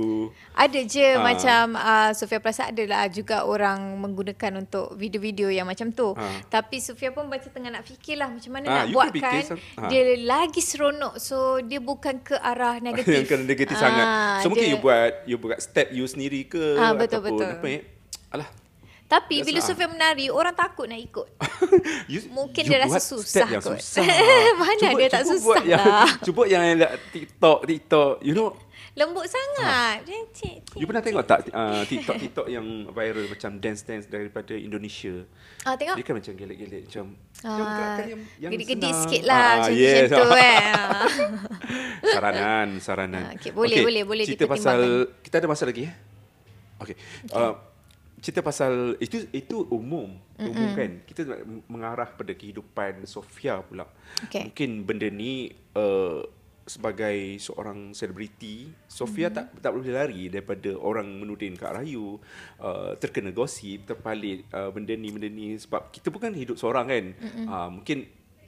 [SPEAKER 1] Ada je
[SPEAKER 2] Ah.
[SPEAKER 1] ha. macam uh, Sofia Prasa adalah juga orang menggunakan untuk video-video yang macam tu. Ha.
[SPEAKER 2] Ah.
[SPEAKER 1] Tapi Sofia pun macam tengah nak fikirlah macam mana
[SPEAKER 2] Ah,
[SPEAKER 1] ha, nak
[SPEAKER 2] you can
[SPEAKER 1] buatkan
[SPEAKER 2] fikir some- ah.
[SPEAKER 1] dia lagi seronok. So dia bukan ke arah negatif.
[SPEAKER 2] yang kena negatif sangat.
[SPEAKER 1] Ah,
[SPEAKER 2] So
[SPEAKER 1] dia-
[SPEAKER 2] mungkin you buat you buat step you sendiri ke
[SPEAKER 1] Ah, betul,
[SPEAKER 2] ataupun
[SPEAKER 1] betul.
[SPEAKER 2] apa ya? Alah.
[SPEAKER 1] Tapi
[SPEAKER 2] That's
[SPEAKER 1] bila
[SPEAKER 2] ah.
[SPEAKER 1] Sofia menari, orang takut nak ikut.
[SPEAKER 2] You,
[SPEAKER 1] Mungkin
[SPEAKER 2] you
[SPEAKER 1] dia rasa
[SPEAKER 2] buat
[SPEAKER 1] susah
[SPEAKER 2] step yang
[SPEAKER 1] kot.
[SPEAKER 2] susah.
[SPEAKER 1] Mana dia tak
[SPEAKER 2] buat
[SPEAKER 1] susah
[SPEAKER 2] yang,
[SPEAKER 1] lah.
[SPEAKER 2] Cuba yang ada TikTok, TikTok. You know,
[SPEAKER 1] Lembut sangat. Ha. Cik, cik.
[SPEAKER 2] Ah. you pernah tengok tak uh, TikTok TikTok yang viral macam dance-dance daripada Indonesia?
[SPEAKER 1] Ah, tengok.
[SPEAKER 2] Dia kan macam gelek-gelek macam yang
[SPEAKER 1] Ah,
[SPEAKER 2] gerakan yang, yang
[SPEAKER 1] Gedi-gedi
[SPEAKER 2] senang. Ah,
[SPEAKER 1] sikit lah Macam
[SPEAKER 2] yes.
[SPEAKER 1] macam tu eh
[SPEAKER 2] saranan, saranan.
[SPEAKER 1] Ah, okey, boleh, boleh, boleh, kita
[SPEAKER 2] Cerita pasal
[SPEAKER 1] timbangkan.
[SPEAKER 2] kita ada masa lagi eh. Okey. Uh, cerita pasal itu itu umum, Mm-mm. umum kan. Kita nak mengarah pada kehidupan Sofia pula.
[SPEAKER 1] Okey.
[SPEAKER 2] Mungkin benda ni uh, sebagai seorang selebriti, Sofia mm-hmm. tak tak boleh lari daripada orang menuding kat Rayu, uh, terkena gosip, terpalit uh, benda ni benda ni sebab kita bukan hidup seorang kan. Mm-hmm. Uh, mungkin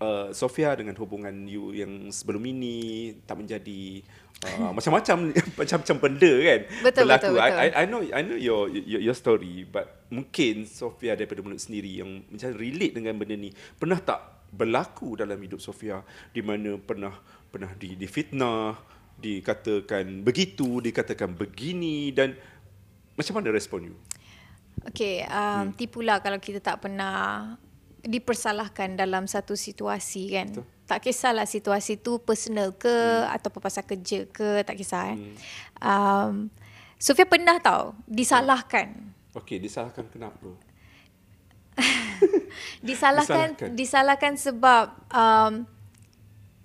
[SPEAKER 2] uh, Sofia dengan hubungan you yang sebelum ini tak menjadi uh, macam-macam macam-macam benda kan
[SPEAKER 1] Betul,
[SPEAKER 2] berlaku.
[SPEAKER 1] betul,
[SPEAKER 2] I-
[SPEAKER 1] betul.
[SPEAKER 2] I, I know I know your, your your story but mungkin Sofia daripada mulut sendiri yang macam relate dengan benda ni pernah tak berlaku dalam hidup Sofia di mana pernah pernah di difitnah dikatakan begitu dikatakan begini dan macam mana respon you
[SPEAKER 1] Okay, um, hmm. tipulah kalau kita tak pernah dipersalahkan dalam satu situasi kan. Betul. Tak kisahlah situasi tu personal ke hmm. ataupun pasal kerja ke, tak kisah eh. Hmm. Um, Sofia pernah tau disalahkan.
[SPEAKER 2] okey disalahkan kenapa
[SPEAKER 1] Disalahkan
[SPEAKER 2] Disalahkan.
[SPEAKER 1] disalahkan, disalahkan sebab um,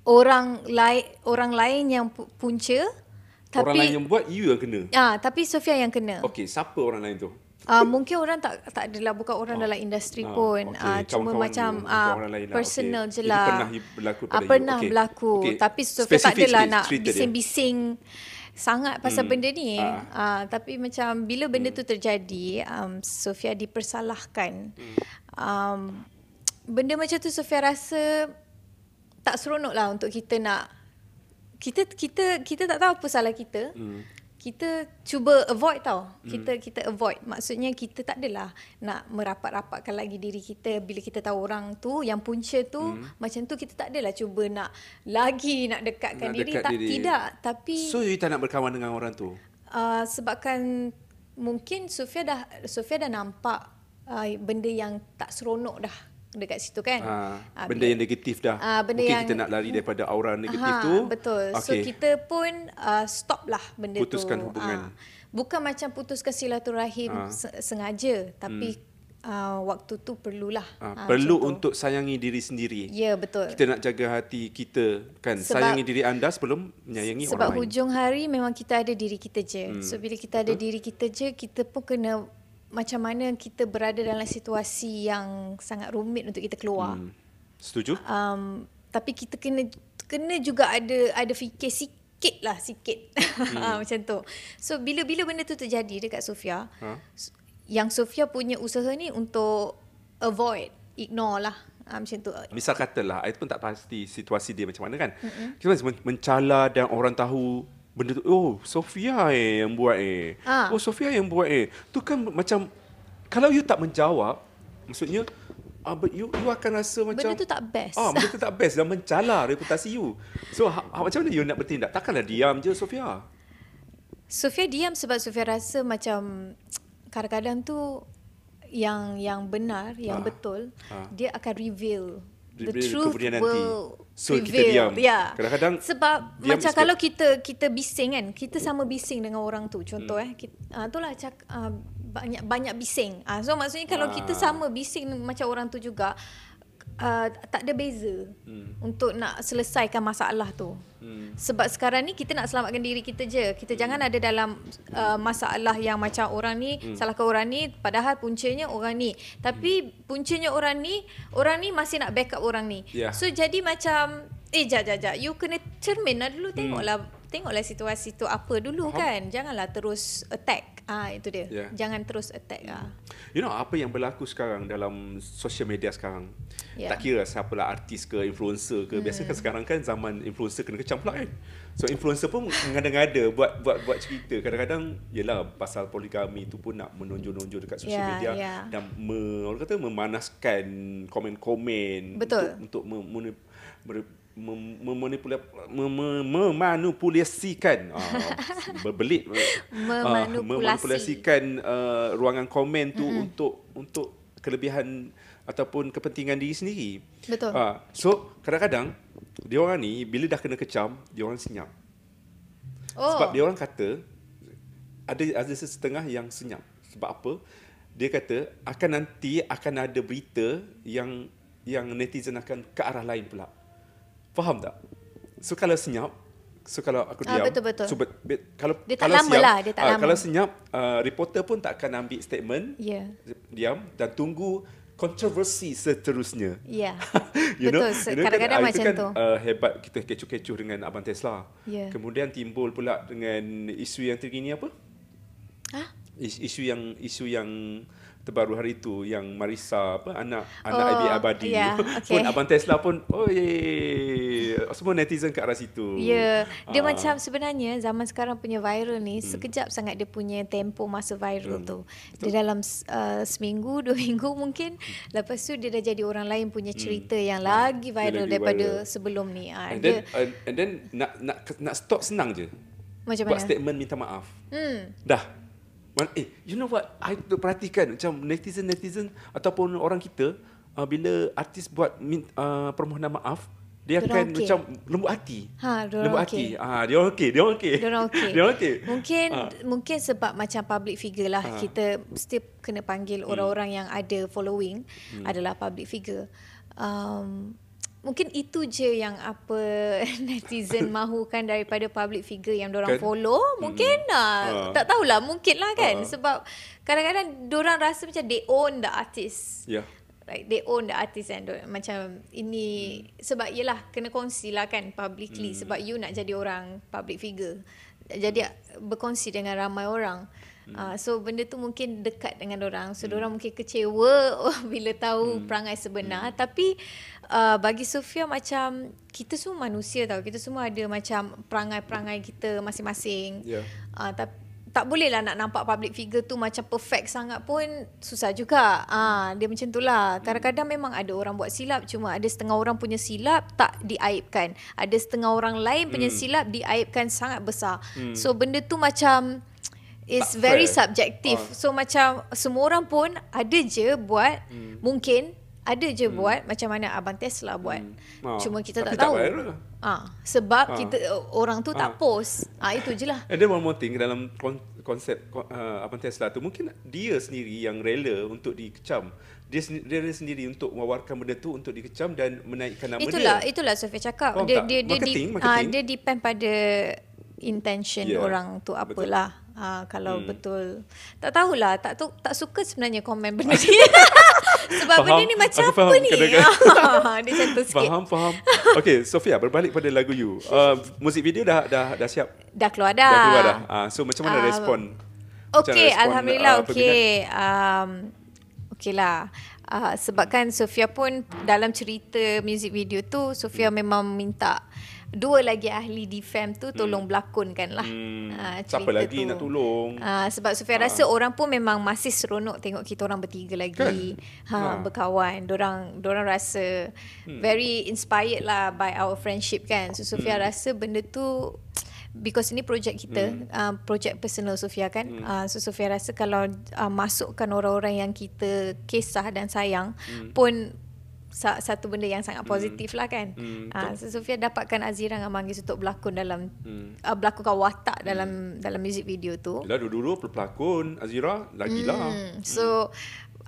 [SPEAKER 1] orang lain orang lain yang pu- punca tapi
[SPEAKER 2] orang lain yang buat you yang kena
[SPEAKER 1] ah tapi Sofia yang kena.
[SPEAKER 2] okey siapa orang lain tu
[SPEAKER 1] Uh, mungkin orang tak tak adalah bukan orang dalam industri
[SPEAKER 2] Ah,
[SPEAKER 1] pun
[SPEAKER 2] okey.
[SPEAKER 1] uh, cuma
[SPEAKER 2] Kawan-kawan
[SPEAKER 1] macam
[SPEAKER 2] you,
[SPEAKER 1] ah,
[SPEAKER 2] orang lain lah.
[SPEAKER 1] personal
[SPEAKER 2] Okey.
[SPEAKER 1] je
[SPEAKER 2] Itu
[SPEAKER 1] lah
[SPEAKER 2] pernah you berlaku
[SPEAKER 1] Ah,
[SPEAKER 2] pada you.
[SPEAKER 1] pernah
[SPEAKER 2] Okey.
[SPEAKER 1] berlaku
[SPEAKER 2] Okey.
[SPEAKER 1] tapi Sofia tak
[SPEAKER 2] Spesifik
[SPEAKER 1] adalah
[SPEAKER 2] sikit
[SPEAKER 1] nak
[SPEAKER 2] cerita dia.
[SPEAKER 1] bising-bising sangat pasal benda ni
[SPEAKER 2] Ah. Hmm.
[SPEAKER 1] ah. tapi macam bila benda tu terjadi um, Sofia dipersalahkan
[SPEAKER 2] Hmm.
[SPEAKER 1] um, benda macam tu Sofia rasa tak seronok lah untuk kita nak kita kita kita tak tahu apa salah kita. Hmm. Kita cuba avoid tau.
[SPEAKER 2] Hmm.
[SPEAKER 1] Kita kita avoid. Maksudnya kita tak adalah nak merapat-rapatkan lagi diri kita bila kita tahu orang tu yang punca tu hmm. macam tu kita tak adalah cuba nak lagi nak dekatkan
[SPEAKER 2] Nak
[SPEAKER 1] nak diri
[SPEAKER 2] dekat
[SPEAKER 1] tak
[SPEAKER 2] diri.
[SPEAKER 1] tidak tapi
[SPEAKER 2] so you tak nak berkawan dengan orang tu
[SPEAKER 1] uh, sebabkan mungkin Sofia dah Sofia dah nampak uh, benda yang tak seronok dah dekat situ kan.
[SPEAKER 2] Ah,
[SPEAKER 1] Ah,
[SPEAKER 2] benda
[SPEAKER 1] bila-
[SPEAKER 2] yang negatif dah.
[SPEAKER 1] Ah, benda
[SPEAKER 2] Mungkin
[SPEAKER 1] yang-
[SPEAKER 2] kita nak lari daripada aura negatif
[SPEAKER 1] Aha,
[SPEAKER 2] tu.
[SPEAKER 1] Betul. Okay. So kita pun uh, stop lah benda
[SPEAKER 2] Putuskan
[SPEAKER 1] tu. Ah.
[SPEAKER 2] hubungan.
[SPEAKER 1] bukan macam putuskan silaturahim
[SPEAKER 2] Ah.
[SPEAKER 1] se- sengaja tapi hmm. uh, waktu tu perlulah.
[SPEAKER 2] Ah,
[SPEAKER 1] Ah,
[SPEAKER 2] perlu
[SPEAKER 1] macam tu.
[SPEAKER 2] untuk sayangi diri sendiri.
[SPEAKER 1] Ya betul.
[SPEAKER 2] Kita nak jaga hati kita kan.
[SPEAKER 1] Sebab-
[SPEAKER 2] sayangi diri anda sebelum menyayangi
[SPEAKER 1] Sebab
[SPEAKER 2] orang lain.
[SPEAKER 1] hujung hari memang kita ada diri kita je. Hmm. So bila kita ada diri kita je, kita pun kena macam mana kita berada dalam situasi yang sangat rumit untuk kita keluar. Hmm.
[SPEAKER 2] Setuju?
[SPEAKER 1] Um, tapi kita kena kena juga ada ada fikir sikit lah sikit hmm. macam tu. So bila bila benda tu terjadi dekat Sofia,
[SPEAKER 2] Ha?
[SPEAKER 1] s- yang Sofia punya usaha ni untuk avoid, ignore lah ha, macam tu.
[SPEAKER 2] Misal katalah, I pun tak pasti situasi dia macam mana kan. Mm-hmm. Kita macam men- mencala dan orang tahu benda tu, oh Sofia eh yang buat eh.
[SPEAKER 1] Ah.
[SPEAKER 2] Oh Sofia yang buat eh. Tu kan macam, kalau you tak menjawab, Maksudnya uh, but you you akan rasa macam
[SPEAKER 1] Benda tu tak best.
[SPEAKER 2] Ah, benda tu tak best dan mencala reputasi you. So ha, ha, macam mana you nak bertindak? Takkanlah diam je Sofia.
[SPEAKER 1] Sofia diam sebab Sofia rasa macam kadang-kadang tu yang yang benar, yang
[SPEAKER 2] Ah.
[SPEAKER 1] betul,
[SPEAKER 2] Ah.
[SPEAKER 1] dia akan reveal. The
[SPEAKER 2] Reveal
[SPEAKER 1] truth
[SPEAKER 2] kemudian nanti.
[SPEAKER 1] will
[SPEAKER 2] So, kita diam.
[SPEAKER 1] reveal. Yeah.
[SPEAKER 2] Kadang-kadang
[SPEAKER 1] sebab
[SPEAKER 2] diam
[SPEAKER 1] macam
[SPEAKER 2] sebab-
[SPEAKER 1] kalau kita kita bising kan, kita sama bising dengan orang tu. Contoh
[SPEAKER 2] Hmm.
[SPEAKER 1] eh, kita, ah, itulah cak, ah, banyak banyak bising. Ah, so maksudnya kalau kita
[SPEAKER 2] Ah.
[SPEAKER 1] sama bising macam orang tu juga uh, tak ada beza hmm. untuk nak selesaikan masalah tu. Hmm. Sebab sekarang ni kita nak selamatkan diri kita je. Kita hmm. jangan ada dalam uh, masalah yang macam orang ni hmm. salahkan orang ni padahal puncanya orang ni. Tapi hmm. puncanya orang ni, orang ni masih nak backup orang ni.
[SPEAKER 2] Ya.
[SPEAKER 1] So jadi macam eh jap jap jap you kena cermin lah dulu tengoklah tengoklah situasi tu apa dulu kan. Janganlah terus attack. Ah itu dia.
[SPEAKER 2] Ya.
[SPEAKER 1] Jangan terus attack ah.
[SPEAKER 2] You know apa yang berlaku sekarang dalam social media sekarang.
[SPEAKER 1] Ya. Hmm.
[SPEAKER 2] Tak kira siapalah artis ke influencer ke. Biasa kan sekarang kan zaman influencer kena kecam pula kan. So influencer pun mengada-ngada buat buat buat cerita. Kadang-kadang yalah pasal poligami tu pun nak menonjol-nonjol dekat social
[SPEAKER 1] Ya,
[SPEAKER 2] media
[SPEAKER 1] ya.
[SPEAKER 2] dan me, orang kata memanaskan komen-komen
[SPEAKER 1] Betul.
[SPEAKER 2] untuk, untuk mem, mem, mem, mem- memanipula- mem, mem, memanipulasikan ah, berbelit Ah,
[SPEAKER 1] Memanipulasi.
[SPEAKER 2] memanipulasikan uh, ruangan komen tu mm-hmm. untuk untuk kelebihan ataupun kepentingan diri sendiri.
[SPEAKER 1] Betul.
[SPEAKER 2] Ah, so kadang-kadang dia orang ni bila dah kena kecam, dia orang senyap.
[SPEAKER 1] Oh.
[SPEAKER 2] Sebab dia orang kata ada ada setengah yang senyap. Sebab apa? Dia kata akan nanti akan ada berita yang yang netizen akan ke arah lain pula. Faham tak? So kalau senyap So kalau aku
[SPEAKER 1] Ah,
[SPEAKER 2] diam
[SPEAKER 1] betul, betul.
[SPEAKER 2] So, bet- bet- kalau
[SPEAKER 1] Dia tak
[SPEAKER 2] kalau
[SPEAKER 1] lama
[SPEAKER 2] senyap,
[SPEAKER 1] lah, dia tak
[SPEAKER 2] ah,
[SPEAKER 1] lama.
[SPEAKER 2] Kalau senyap uh, Reporter pun tak akan ambil statement
[SPEAKER 1] Ya.
[SPEAKER 2] Diam Dan tunggu Kontroversi seterusnya
[SPEAKER 1] Ya.
[SPEAKER 2] you
[SPEAKER 1] Betul.
[SPEAKER 2] know,
[SPEAKER 1] Se-
[SPEAKER 2] you know
[SPEAKER 1] kadang-kadang
[SPEAKER 2] kan, ah,
[SPEAKER 1] macam
[SPEAKER 2] itu kan,
[SPEAKER 1] tu.
[SPEAKER 2] Uh, hebat kita kecoh-kecoh dengan Abang Tesla.
[SPEAKER 1] Ya.
[SPEAKER 2] Kemudian timbul pula dengan isu yang terkini apa?
[SPEAKER 1] Hah?
[SPEAKER 2] Is- isu yang isu yang terbaru hari tu yang Marisa apa anak anak
[SPEAKER 1] Oh,
[SPEAKER 2] Abi Abadi
[SPEAKER 1] ya,
[SPEAKER 2] pun
[SPEAKER 1] okay.
[SPEAKER 2] Abang Tesla pun oh yeay. semua netizen kat arah situ.
[SPEAKER 1] Ya, dia
[SPEAKER 2] Ah,
[SPEAKER 1] macam sebenarnya zaman sekarang punya viral ni hmm. sekejap sangat dia punya tempo masa viral hmm. tu. Di dalam uh, seminggu, dua minggu mungkin,
[SPEAKER 2] Hmm.
[SPEAKER 1] lepas tu dia dah jadi orang lain punya cerita yang lagi
[SPEAKER 2] Dia
[SPEAKER 1] viral
[SPEAKER 2] lagi
[SPEAKER 1] daripada
[SPEAKER 2] viral.
[SPEAKER 1] sebelum ni. Ha,
[SPEAKER 2] and
[SPEAKER 1] dia
[SPEAKER 2] then and, and then nak nak nak stop senang je.
[SPEAKER 1] macam
[SPEAKER 2] buat
[SPEAKER 1] mana?
[SPEAKER 2] statement minta maaf.
[SPEAKER 1] Hmm.
[SPEAKER 2] Dah. Man- Eh, you know what? I tu perhatikan macam netizen-netizen ataupun orang kita uh, bila artis buat min, uh, permohonan maaf, dia
[SPEAKER 1] Dorang
[SPEAKER 2] akan
[SPEAKER 1] okey.
[SPEAKER 2] macam lembut hati.
[SPEAKER 1] Ha, dorang
[SPEAKER 2] lembut
[SPEAKER 1] okey.
[SPEAKER 2] hati. Ah, dia orang okey, dia orang okey.
[SPEAKER 1] Diorang okey.
[SPEAKER 2] dia orang okey.
[SPEAKER 1] Mungkin
[SPEAKER 2] Ah.
[SPEAKER 1] mungkin sebab macam public figure lah
[SPEAKER 2] Ah. Hmm.
[SPEAKER 1] kita mesti kena panggil orang-orang yang ada following adalah public figure. Um, mungkin itu je yang apa netizen mahukan daripada public figure yang diorang
[SPEAKER 2] Kan?
[SPEAKER 1] follow mungkin ah,
[SPEAKER 2] Ah.
[SPEAKER 1] tak tahulah mungkin lah kan
[SPEAKER 2] Ah.
[SPEAKER 1] sebab kadang-kadang diorang rasa macam they own the artist
[SPEAKER 2] Ya.
[SPEAKER 1] like they own the artist and don't- macam ini sebab yelah kena kongsi lah kan publicly sebab you nak jadi orang public figure jadi berkongsi dengan ramai orang Uh, so benda tu mungkin dekat dengan orang so orang mungkin kecewa bila tahu perangai sebenar tapi uh, bagi Sofia macam kita semua manusia tau kita semua ada macam perangai-perangai kita masing-masing
[SPEAKER 2] Ya.
[SPEAKER 1] Ah, tak, tak boleh lah nak nampak public figure tu macam perfect sangat pun susah juga. Ah, dia macam tu lah. Kadang-kadang memang ada orang buat silap cuma ada setengah orang punya silap tak diaibkan. Ada setengah orang lain punya
[SPEAKER 2] Hmm.
[SPEAKER 1] silap diaibkan sangat besar. So benda tu macam it's
[SPEAKER 2] Tak
[SPEAKER 1] very
[SPEAKER 2] fair.
[SPEAKER 1] subjective.
[SPEAKER 2] Ah.
[SPEAKER 1] So macam semua orang pun ada je buat
[SPEAKER 2] Hmm.
[SPEAKER 1] mungkin ada je buat macam mana abang Tesla buat.
[SPEAKER 2] Ah,
[SPEAKER 1] Cuma kita tak,
[SPEAKER 2] tapi tak
[SPEAKER 1] tahu.
[SPEAKER 2] viral. lah.
[SPEAKER 1] Ah, sebab
[SPEAKER 2] Ah.
[SPEAKER 1] kita orang tu
[SPEAKER 2] Ah.
[SPEAKER 1] tak post. Ah itu je lah.
[SPEAKER 2] And then one more thing dalam kon- konsep kon- uh, Abang Tesla tu mungkin dia sendiri yang rela untuk dikecam. Dia, sen- dia sendiri untuk mewawarkan benda tu untuk dikecam dan menaikkan nama
[SPEAKER 1] itulah
[SPEAKER 2] dia.
[SPEAKER 1] itulah Sofia cakap
[SPEAKER 2] Faham
[SPEAKER 1] dia,
[SPEAKER 2] tak?
[SPEAKER 1] dia dia
[SPEAKER 2] Marketing,
[SPEAKER 1] di,
[SPEAKER 2] marketing.
[SPEAKER 1] ah, dia depend pada intention
[SPEAKER 2] Ya,
[SPEAKER 1] yeah. orang tu apalah ha, kalau hmm. betul tak tahulah tak tu, tak suka sebenarnya komen benda ni sebab
[SPEAKER 2] Faham.
[SPEAKER 1] benda ni macam
[SPEAKER 2] Aku faham
[SPEAKER 1] apa ni
[SPEAKER 2] kadang-kadang.
[SPEAKER 1] dia macam tu sikit
[SPEAKER 2] Faham, faham. Okay, Sofia, berbalik pada lagu You. Uh, muzik video dah dah dah siap?
[SPEAKER 1] dah keluar dah
[SPEAKER 2] Dah keluar dah. Uh, so macam mana
[SPEAKER 1] Ah,
[SPEAKER 2] respon? Macam
[SPEAKER 1] Okay,
[SPEAKER 2] respon,
[SPEAKER 1] Alhamdulillah
[SPEAKER 2] ah,
[SPEAKER 1] uh, okay. Um, okay lah. Uh,
[SPEAKER 2] Hmm.
[SPEAKER 1] sebab kan Sofia pun dalam cerita music video tu, Sofia memang minta dua lagi ahli di fam tu tolong berlakonkan lah.
[SPEAKER 2] Hmm,
[SPEAKER 1] Ah,
[SPEAKER 2] siapa
[SPEAKER 1] cerita
[SPEAKER 2] lagi nak tolong?
[SPEAKER 1] Ah, sebab Sofia rasa orang pun memang masih seronok tengok kita orang bertiga lagi. Kan? Ha,
[SPEAKER 2] Ha.
[SPEAKER 1] berkawan. Dorang dorang rasa very inspired lah by our friendship kan. So Sofia rasa benda tu because ini projek kita, hmm. uh, projek personal Sofia kan. Hmm. Uh, so Sofia rasa kalau uh, masukkan orang-orang yang kita kisah dan sayang hmm. pun sa- satu benda yang sangat positif lah kan.
[SPEAKER 2] Hmm,
[SPEAKER 1] Ah, so Sofia dapatkan Azira dengan Manggis untuk berlakon dalam hmm. uh, berlakonkan watak dalam dalam music video tu.
[SPEAKER 2] Yelah dulu-dulu pelakon Azira lah. Lagilah
[SPEAKER 1] Hmm. So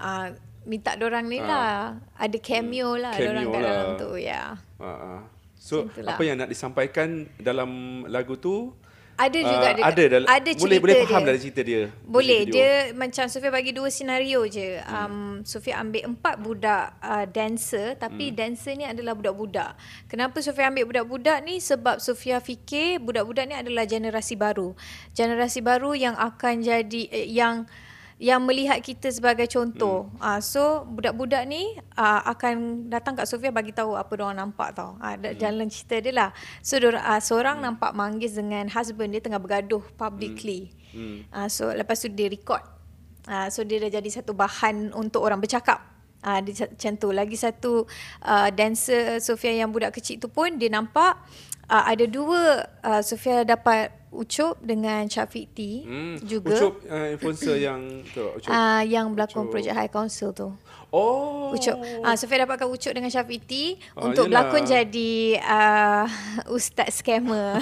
[SPEAKER 1] uh, minta dorang ni lah ada cameo lah
[SPEAKER 2] Ah. Cameo
[SPEAKER 1] dorang kat
[SPEAKER 2] lah.
[SPEAKER 1] dalam tu ya. Yeah.
[SPEAKER 2] ha, ha.
[SPEAKER 1] Macam
[SPEAKER 2] So
[SPEAKER 1] lah. itulah.
[SPEAKER 2] apa yang nak disampaikan dalam lagu tu
[SPEAKER 1] Ada juga
[SPEAKER 2] ah,
[SPEAKER 1] dekat-
[SPEAKER 2] ada, dalam,
[SPEAKER 1] ada
[SPEAKER 2] boleh boleh
[SPEAKER 1] cerita
[SPEAKER 2] faham
[SPEAKER 1] dia.
[SPEAKER 2] dari cerita dia
[SPEAKER 1] Boleh
[SPEAKER 2] video. Hmm.
[SPEAKER 1] dia macam Sofia bagi dua senario je. Um Sofia ambil empat budak uh, dancer tapi hmm. dancer ni adalah budak-budak. Kenapa Sofia ambil budak-budak ni sebab Sofia fikir budak-budak ni adalah generasi baru. Generasi baru yang akan jadi eh, yang yang melihat kita sebagai contoh. Hmm. Uh, so budak-budak ni uh, akan datang kat Sofia bagi tahu apa dia nampak tau. Uh, hmm. jalan cerita dia lah. So dia uh, seorang hmm. nampak manggis dengan husband dia tengah bergaduh publicly. Hmm. Uh, so lepas tu dia record. Uh, so dia dah jadi satu bahan untuk orang bercakap. Ah dia sa- macam tu. Lagi satu uh, dancer Sofia yang budak kecil tu pun dia nampak uh, ada dua uh, Sofia dapat Ucup dengan Syafiq T
[SPEAKER 2] Hmm.
[SPEAKER 1] juga.
[SPEAKER 2] Ucup uh, influencer yang tu, Ucup.
[SPEAKER 1] Ah uh, yang berlakon
[SPEAKER 2] Ucup.
[SPEAKER 1] projek High Council tu.
[SPEAKER 2] Oh.
[SPEAKER 1] Ucup. Ah uh, Sofia dapatkan Ucup dengan Syafiqti
[SPEAKER 2] Ah,
[SPEAKER 1] untuk
[SPEAKER 2] yelah.
[SPEAKER 1] berlakon jadi uh, ustaz scammer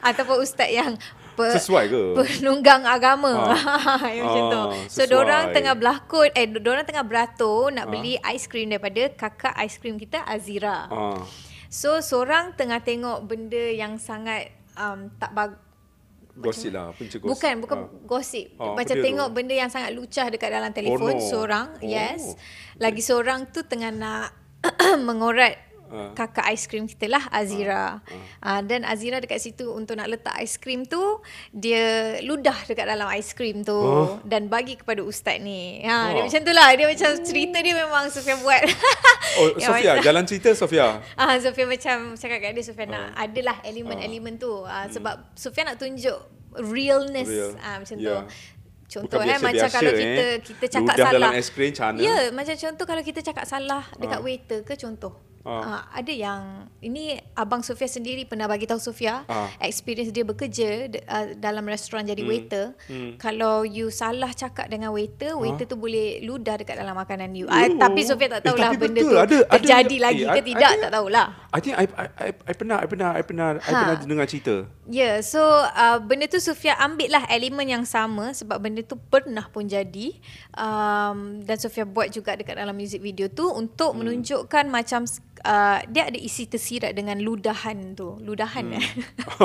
[SPEAKER 1] ataupun ustaz yang pe-
[SPEAKER 2] Sesuai ke?
[SPEAKER 1] penunggang agama.
[SPEAKER 2] Ah.
[SPEAKER 1] Yang macam tu.
[SPEAKER 2] Ah,
[SPEAKER 1] So
[SPEAKER 2] sesuai. Ah.
[SPEAKER 1] dorang tengah berlakon eh dorang tengah beratur nak beli ice cream daripada kakak ice cream kita Azira.
[SPEAKER 2] Ah.
[SPEAKER 1] So seorang tengah tengok benda yang sangat um, tak bag
[SPEAKER 2] Gosip lah, punca gosip.
[SPEAKER 1] Bukan, bukan
[SPEAKER 2] Ah.
[SPEAKER 1] gosip.
[SPEAKER 2] Ah, apa
[SPEAKER 1] Macam
[SPEAKER 2] dia tu?
[SPEAKER 1] tengok benda yang sangat lucah dekat dalam telefon
[SPEAKER 2] Porno.
[SPEAKER 1] seorang.
[SPEAKER 2] Oh.
[SPEAKER 1] Yes. Lagi seorang tu tengah nak mengorat
[SPEAKER 2] Ah.
[SPEAKER 1] kakak aiskrim kita lah Azira. Ah, dan Azira dekat situ untuk nak letak aiskrim tu dia ludah dekat dalam aiskrim tu
[SPEAKER 2] Ah.
[SPEAKER 1] dan bagi kepada ustaz ni. Ha dia
[SPEAKER 2] Ah.
[SPEAKER 1] macam tu lah. Dia macam cerita dia memang Sufia buat.
[SPEAKER 2] Oh,
[SPEAKER 1] Yang
[SPEAKER 2] Sofia,
[SPEAKER 1] macam-
[SPEAKER 2] jalan cerita Sofia.
[SPEAKER 1] Ah Sofia macam cakap kat dia Sofia nak
[SPEAKER 2] Ah.
[SPEAKER 1] adalah elemen-elemen tu ah, sebab Sofia nak tunjuk realness
[SPEAKER 2] Hmm. Real.
[SPEAKER 1] ah macam
[SPEAKER 2] Ya.
[SPEAKER 1] tu. Contoh
[SPEAKER 2] Bukan
[SPEAKER 1] eh macam
[SPEAKER 2] biasa-biasa,
[SPEAKER 1] kalau
[SPEAKER 2] eh.
[SPEAKER 1] kita kita cakap
[SPEAKER 2] Ludah
[SPEAKER 1] salah.
[SPEAKER 2] dalam es krim macam mana?
[SPEAKER 1] Ya, macam contoh kalau kita cakap salah dekat
[SPEAKER 2] Ah.
[SPEAKER 1] waiter ke contoh.
[SPEAKER 2] Ah.
[SPEAKER 1] Ah. ada yang ini abang Sofia sendiri pernah bagi tahu Sofia
[SPEAKER 2] Ah.
[SPEAKER 1] experience dia bekerja de, ah, dalam restoran jadi waiter.
[SPEAKER 2] Hmm. Ah.
[SPEAKER 1] Kalau you salah cakap dengan waiter, waiter tu boleh ludah dekat dalam makanan you. Ah,
[SPEAKER 2] Yo.
[SPEAKER 1] tapi Sofia
[SPEAKER 2] Eh,
[SPEAKER 1] tak tahulah
[SPEAKER 2] tapi
[SPEAKER 1] benda
[SPEAKER 2] betul,
[SPEAKER 1] tu
[SPEAKER 2] ada- ada-
[SPEAKER 1] terjadi
[SPEAKER 2] eh,
[SPEAKER 1] lagi
[SPEAKER 2] I-
[SPEAKER 1] ke
[SPEAKER 2] I
[SPEAKER 1] tidak
[SPEAKER 2] think-
[SPEAKER 1] tak tahulah.
[SPEAKER 2] I think I, I, I, I pernah, I pernah, I pernah, ha. I
[SPEAKER 1] Ha.
[SPEAKER 2] pernah dengar cerita.
[SPEAKER 1] Ya, yeah, so uh, benda tu Sofia ambil lah elemen yang sama sebab benda tu pernah pun jadi um, dan Sofia buat juga dekat dalam music video tu untuk hmm. menunjukkan macam uh, dia ada isi tersirat dengan ludahan tu. Ludahan hmm. eh?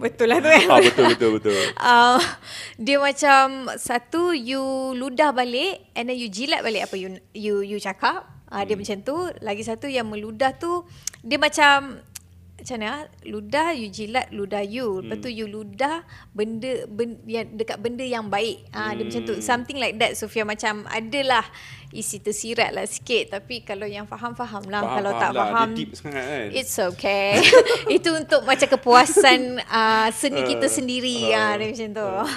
[SPEAKER 1] Betul lah tu eh?
[SPEAKER 2] Ah, betul, betul, betul.
[SPEAKER 1] Uh, dia macam satu you ludah balik and then you jilat balik apa you you you cakap. Uh,
[SPEAKER 2] Hmm.
[SPEAKER 1] dia macam tu. Lagi satu yang meludah tu dia macam macam mana ah? ludah you jilat ludah you lepas
[SPEAKER 2] Hmm.
[SPEAKER 1] tu you ludah benda, benda yang dekat benda yang baik ah dia macam
[SPEAKER 2] Hmm.
[SPEAKER 1] tu something like that Sofia macam adalah isi tersirat lah sikit tapi kalau yang faham faham lah
[SPEAKER 2] Faham,
[SPEAKER 1] kalau
[SPEAKER 2] faham
[SPEAKER 1] tak
[SPEAKER 2] lah. Dia
[SPEAKER 1] faham
[SPEAKER 2] deep sangat kan?
[SPEAKER 1] It's okay. Itu untuk macam kepuasan uh, seni kita sendiri. Uh, dia macam tu.
[SPEAKER 2] Ah,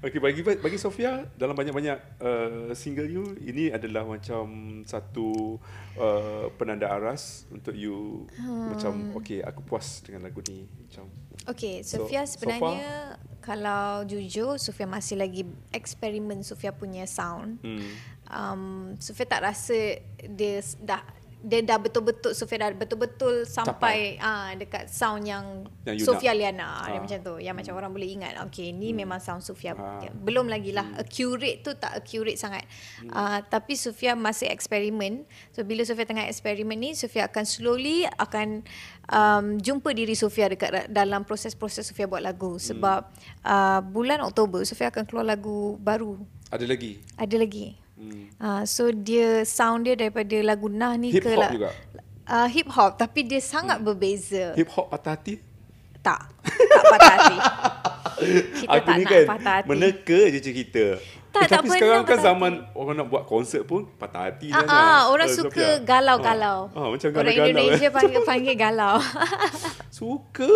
[SPEAKER 2] Okay, bagi bagi Sofia dalam banyak-banyak uh, single you ini adalah macam satu uh, penanda aras untuk you hmm. macam okay aku puas dengan lagu ni macam
[SPEAKER 1] okay,
[SPEAKER 2] So,
[SPEAKER 1] Sofia
[SPEAKER 2] so
[SPEAKER 1] sebenarnya kalau jujur, Sofia masih lagi eksperimen Sofia punya sound.
[SPEAKER 2] hmm.
[SPEAKER 1] um, Sofia tak rasa dia s- dah dia dah betul-betul Sofia dah betul-betul sampai ah dekat sound yang,
[SPEAKER 2] Yang you
[SPEAKER 1] Sofia
[SPEAKER 2] nak.
[SPEAKER 1] Liana
[SPEAKER 2] Ah. Hmm.
[SPEAKER 1] dia macam tu yang macam orang boleh ingat okay ni memang sound Sofia
[SPEAKER 2] Ah.
[SPEAKER 1] Ya, belum lagi lah accurate tu tak accurate sangat
[SPEAKER 2] Hmm.
[SPEAKER 1] Ah, tapi Sofia masih eksperimen so bila Sofia tengah eksperimen ni Sofia akan slowly akan um, jumpa diri Sofia dekat da- dalam proses-proses Sofia buat lagu
[SPEAKER 2] Hmm.
[SPEAKER 1] sebab ah, bulan Oktober Sofia akan keluar lagu baru
[SPEAKER 2] ada lagi
[SPEAKER 1] ada lagi
[SPEAKER 2] hmm.
[SPEAKER 1] Ah, so dia sound dia daripada lagu Nah ni
[SPEAKER 2] Hip
[SPEAKER 1] ke
[SPEAKER 2] hop
[SPEAKER 1] lah.
[SPEAKER 2] juga? Hmm.
[SPEAKER 1] Ah, hip hop tapi dia sangat berbeza.
[SPEAKER 2] hip hop patah hati
[SPEAKER 1] Tak. Tak patah hati. Kita
[SPEAKER 2] aku
[SPEAKER 1] tak
[SPEAKER 2] ni
[SPEAKER 1] nak
[SPEAKER 2] kan
[SPEAKER 1] patah hati.
[SPEAKER 2] meneka je cerita
[SPEAKER 1] Tak, tak
[SPEAKER 2] tapi
[SPEAKER 1] pernah
[SPEAKER 2] sekarang kan
[SPEAKER 1] patah
[SPEAKER 2] zaman orang nak buat konsert pun patah hati
[SPEAKER 1] Ah,
[SPEAKER 2] dah
[SPEAKER 1] ah,
[SPEAKER 2] kan.
[SPEAKER 1] orang
[SPEAKER 2] Eh,
[SPEAKER 1] suka
[SPEAKER 2] Sofia.
[SPEAKER 1] galau-galau.
[SPEAKER 2] ah, ah, macam
[SPEAKER 1] orang
[SPEAKER 2] galau-galau
[SPEAKER 1] Indonesia
[SPEAKER 2] eh.
[SPEAKER 1] panggil panggil galau.
[SPEAKER 2] Suka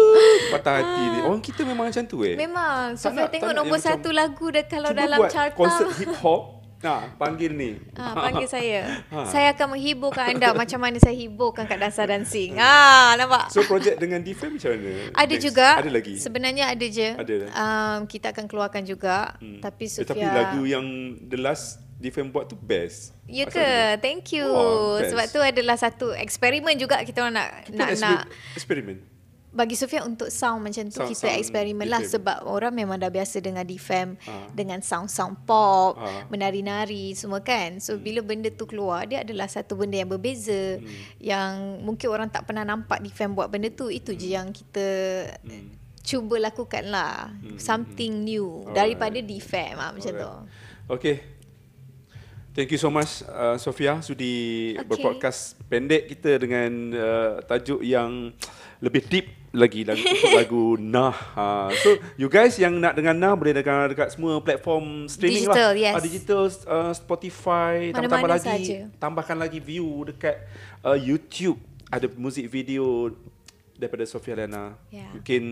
[SPEAKER 2] patah hati ni. Orang kita memang macam tu eh.
[SPEAKER 1] Ah. Memang
[SPEAKER 2] Tak
[SPEAKER 1] Sofia
[SPEAKER 2] nak-
[SPEAKER 1] tengok
[SPEAKER 2] tak nak
[SPEAKER 1] nombor
[SPEAKER 2] yang macam-
[SPEAKER 1] satu lagu dah kalau
[SPEAKER 2] Cuba
[SPEAKER 1] dalam
[SPEAKER 2] buat
[SPEAKER 1] carta.
[SPEAKER 2] konsert hip hop. Nah, panggil ni.
[SPEAKER 1] Ha, panggil saya.
[SPEAKER 2] Ah,
[SPEAKER 1] Saya akan menghiburkan anda macam mana saya hiburkan Kak Dansa Dancing. Ha, nampak?
[SPEAKER 2] So projek dengan Defam macam mana?
[SPEAKER 1] Ada
[SPEAKER 2] Next.
[SPEAKER 1] juga.
[SPEAKER 2] Ada lagi.
[SPEAKER 1] Sebenarnya ada je.
[SPEAKER 2] Ada dah.
[SPEAKER 1] Um, kita akan keluarkan juga. Hmm. Tapi
[SPEAKER 2] Eh,
[SPEAKER 1] Sofia.
[SPEAKER 2] tapi lagu yang the last Defam buat tu best.
[SPEAKER 1] Ya
[SPEAKER 2] Asal
[SPEAKER 1] ke? Thank you.
[SPEAKER 2] Wah, best.
[SPEAKER 1] Sebab tu adalah satu eksperimen juga kita orang nak
[SPEAKER 2] Kita
[SPEAKER 1] nak
[SPEAKER 2] Kan exper-
[SPEAKER 1] nak
[SPEAKER 2] eksperimen.
[SPEAKER 1] bagi Sofia untuk sound macam tu
[SPEAKER 2] Sound-
[SPEAKER 1] kita
[SPEAKER 2] sound
[SPEAKER 1] eksperimen lah
[SPEAKER 2] defam.
[SPEAKER 1] sebab orang memang dah biasa dengan defam
[SPEAKER 2] Ah.
[SPEAKER 1] dengan sound-sound pop,
[SPEAKER 2] Ah.
[SPEAKER 1] menari-nari semua kan. So
[SPEAKER 2] Hmm.
[SPEAKER 1] bila benda tu keluar dia adalah satu benda yang berbeza yang mungkin orang tak pernah nampak defam buat benda tu. Itu
[SPEAKER 2] Hmm.
[SPEAKER 1] je yang kita cuba lakukan lah. Something new
[SPEAKER 2] Hmm. Alright.
[SPEAKER 1] daripada defam ah, macam tu.
[SPEAKER 2] Okay. Thank you so much uh, Sofia sudi
[SPEAKER 1] Okay.
[SPEAKER 2] okay. berpodcast pendek kita dengan uh, tajuk yang lebih deep lagi lagu untuk lagu Nah. Uh, so you guys yang nak dengar Nah boleh dengar dekat semua platform streaming lah.
[SPEAKER 1] Digital, yes.
[SPEAKER 2] Ah, digital uh, Spotify
[SPEAKER 1] Mana-mana
[SPEAKER 2] tambah-tambah lagi
[SPEAKER 1] saja.
[SPEAKER 2] tambahkan lagi view dekat uh, YouTube ada music video daripada Sofia Lana.
[SPEAKER 1] Yeah.
[SPEAKER 2] Mungkin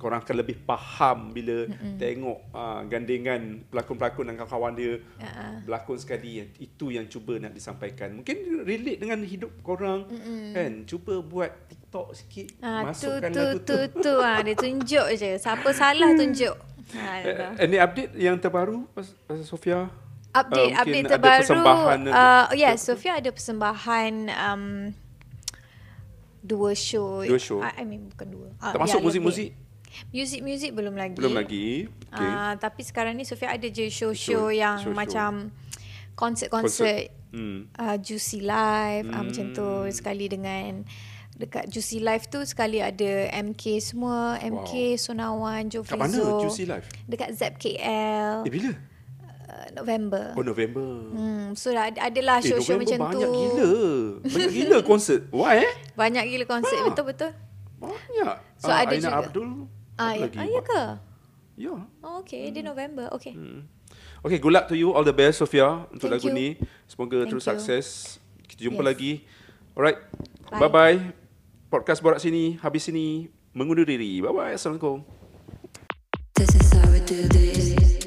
[SPEAKER 2] korang akan lebih faham bila Mm-mm. tengok uh, gandingan pelakon-pelakon dan kawan-kawan dia
[SPEAKER 1] Ya.
[SPEAKER 2] uh-uh. berlakon sekali itu yang cuba nak disampaikan. Mungkin relate dengan hidup korang Mm-mm. kan. Cuba buat TikTok sikit
[SPEAKER 1] Ah, tu
[SPEAKER 2] masukkan
[SPEAKER 1] tu
[SPEAKER 2] lagu tu. Hmm.
[SPEAKER 1] tu tu ah dia tunjuk je. Siapa salah tunjuk. Ha,
[SPEAKER 2] Eh, Any update yang terbaru pas- pasal Sofia?
[SPEAKER 1] Update
[SPEAKER 2] Ah, mungkin
[SPEAKER 1] update
[SPEAKER 2] ada
[SPEAKER 1] terbaru.
[SPEAKER 2] persembahan eh?
[SPEAKER 1] uh, ya, yeah, Sofia ada persembahan um, dua show.
[SPEAKER 2] Dua show.
[SPEAKER 1] I, I mean bukan dua. Ah,
[SPEAKER 2] Termasuk
[SPEAKER 1] ya,
[SPEAKER 2] muzik-muzik?
[SPEAKER 1] lebih. Muzik-muzik belum lagi.
[SPEAKER 2] belum lagi.
[SPEAKER 1] Okay.
[SPEAKER 2] Okay.
[SPEAKER 1] Uh, tapi sekarang ni Sofia ada je show-show
[SPEAKER 2] Show-
[SPEAKER 1] yang
[SPEAKER 2] show-show.
[SPEAKER 1] macam konsert-konsert
[SPEAKER 2] Hmm.
[SPEAKER 1] uh, Juicy Live hmm. uh, macam tu sekali dengan dekat Juicy Live tu sekali ada MK semua MK wow. Sonawan Jovizo
[SPEAKER 2] Kat mana Juicy Live?
[SPEAKER 1] dekat ZKL
[SPEAKER 2] Eh bila?
[SPEAKER 1] uh, November
[SPEAKER 2] Oh November.
[SPEAKER 1] Oh. hmm so dah ada- adalah
[SPEAKER 2] Eh,
[SPEAKER 1] show-show macam
[SPEAKER 2] November banyak
[SPEAKER 1] tu
[SPEAKER 2] gila. Banyak gila konsert. Why eh?
[SPEAKER 1] banyak gila konsert
[SPEAKER 2] Ha.
[SPEAKER 1] betul betul
[SPEAKER 2] Banyak.
[SPEAKER 1] So,
[SPEAKER 2] Ah,
[SPEAKER 1] ada
[SPEAKER 2] Aina
[SPEAKER 1] juga.
[SPEAKER 2] Abdul.
[SPEAKER 1] ah
[SPEAKER 2] apa
[SPEAKER 1] ya
[SPEAKER 2] lagi?
[SPEAKER 1] ah, ya ke
[SPEAKER 2] Ya.
[SPEAKER 1] oh okay dia November okay hmm.
[SPEAKER 2] Okay, good luck to you. All the best, Sofia, untuk
[SPEAKER 1] Thank
[SPEAKER 2] lagu
[SPEAKER 1] you.
[SPEAKER 2] ni. Semoga
[SPEAKER 1] Thank
[SPEAKER 2] terus
[SPEAKER 1] you.
[SPEAKER 2] sukses. Kita jumpa
[SPEAKER 1] Yes.
[SPEAKER 2] lagi. Alright.
[SPEAKER 1] Bye.
[SPEAKER 2] Bye-bye. Podcast Borak Sini, habis sini. Mengundur diri. Bye-bye. Assalamualaikum.
[SPEAKER 4] This is how we do this.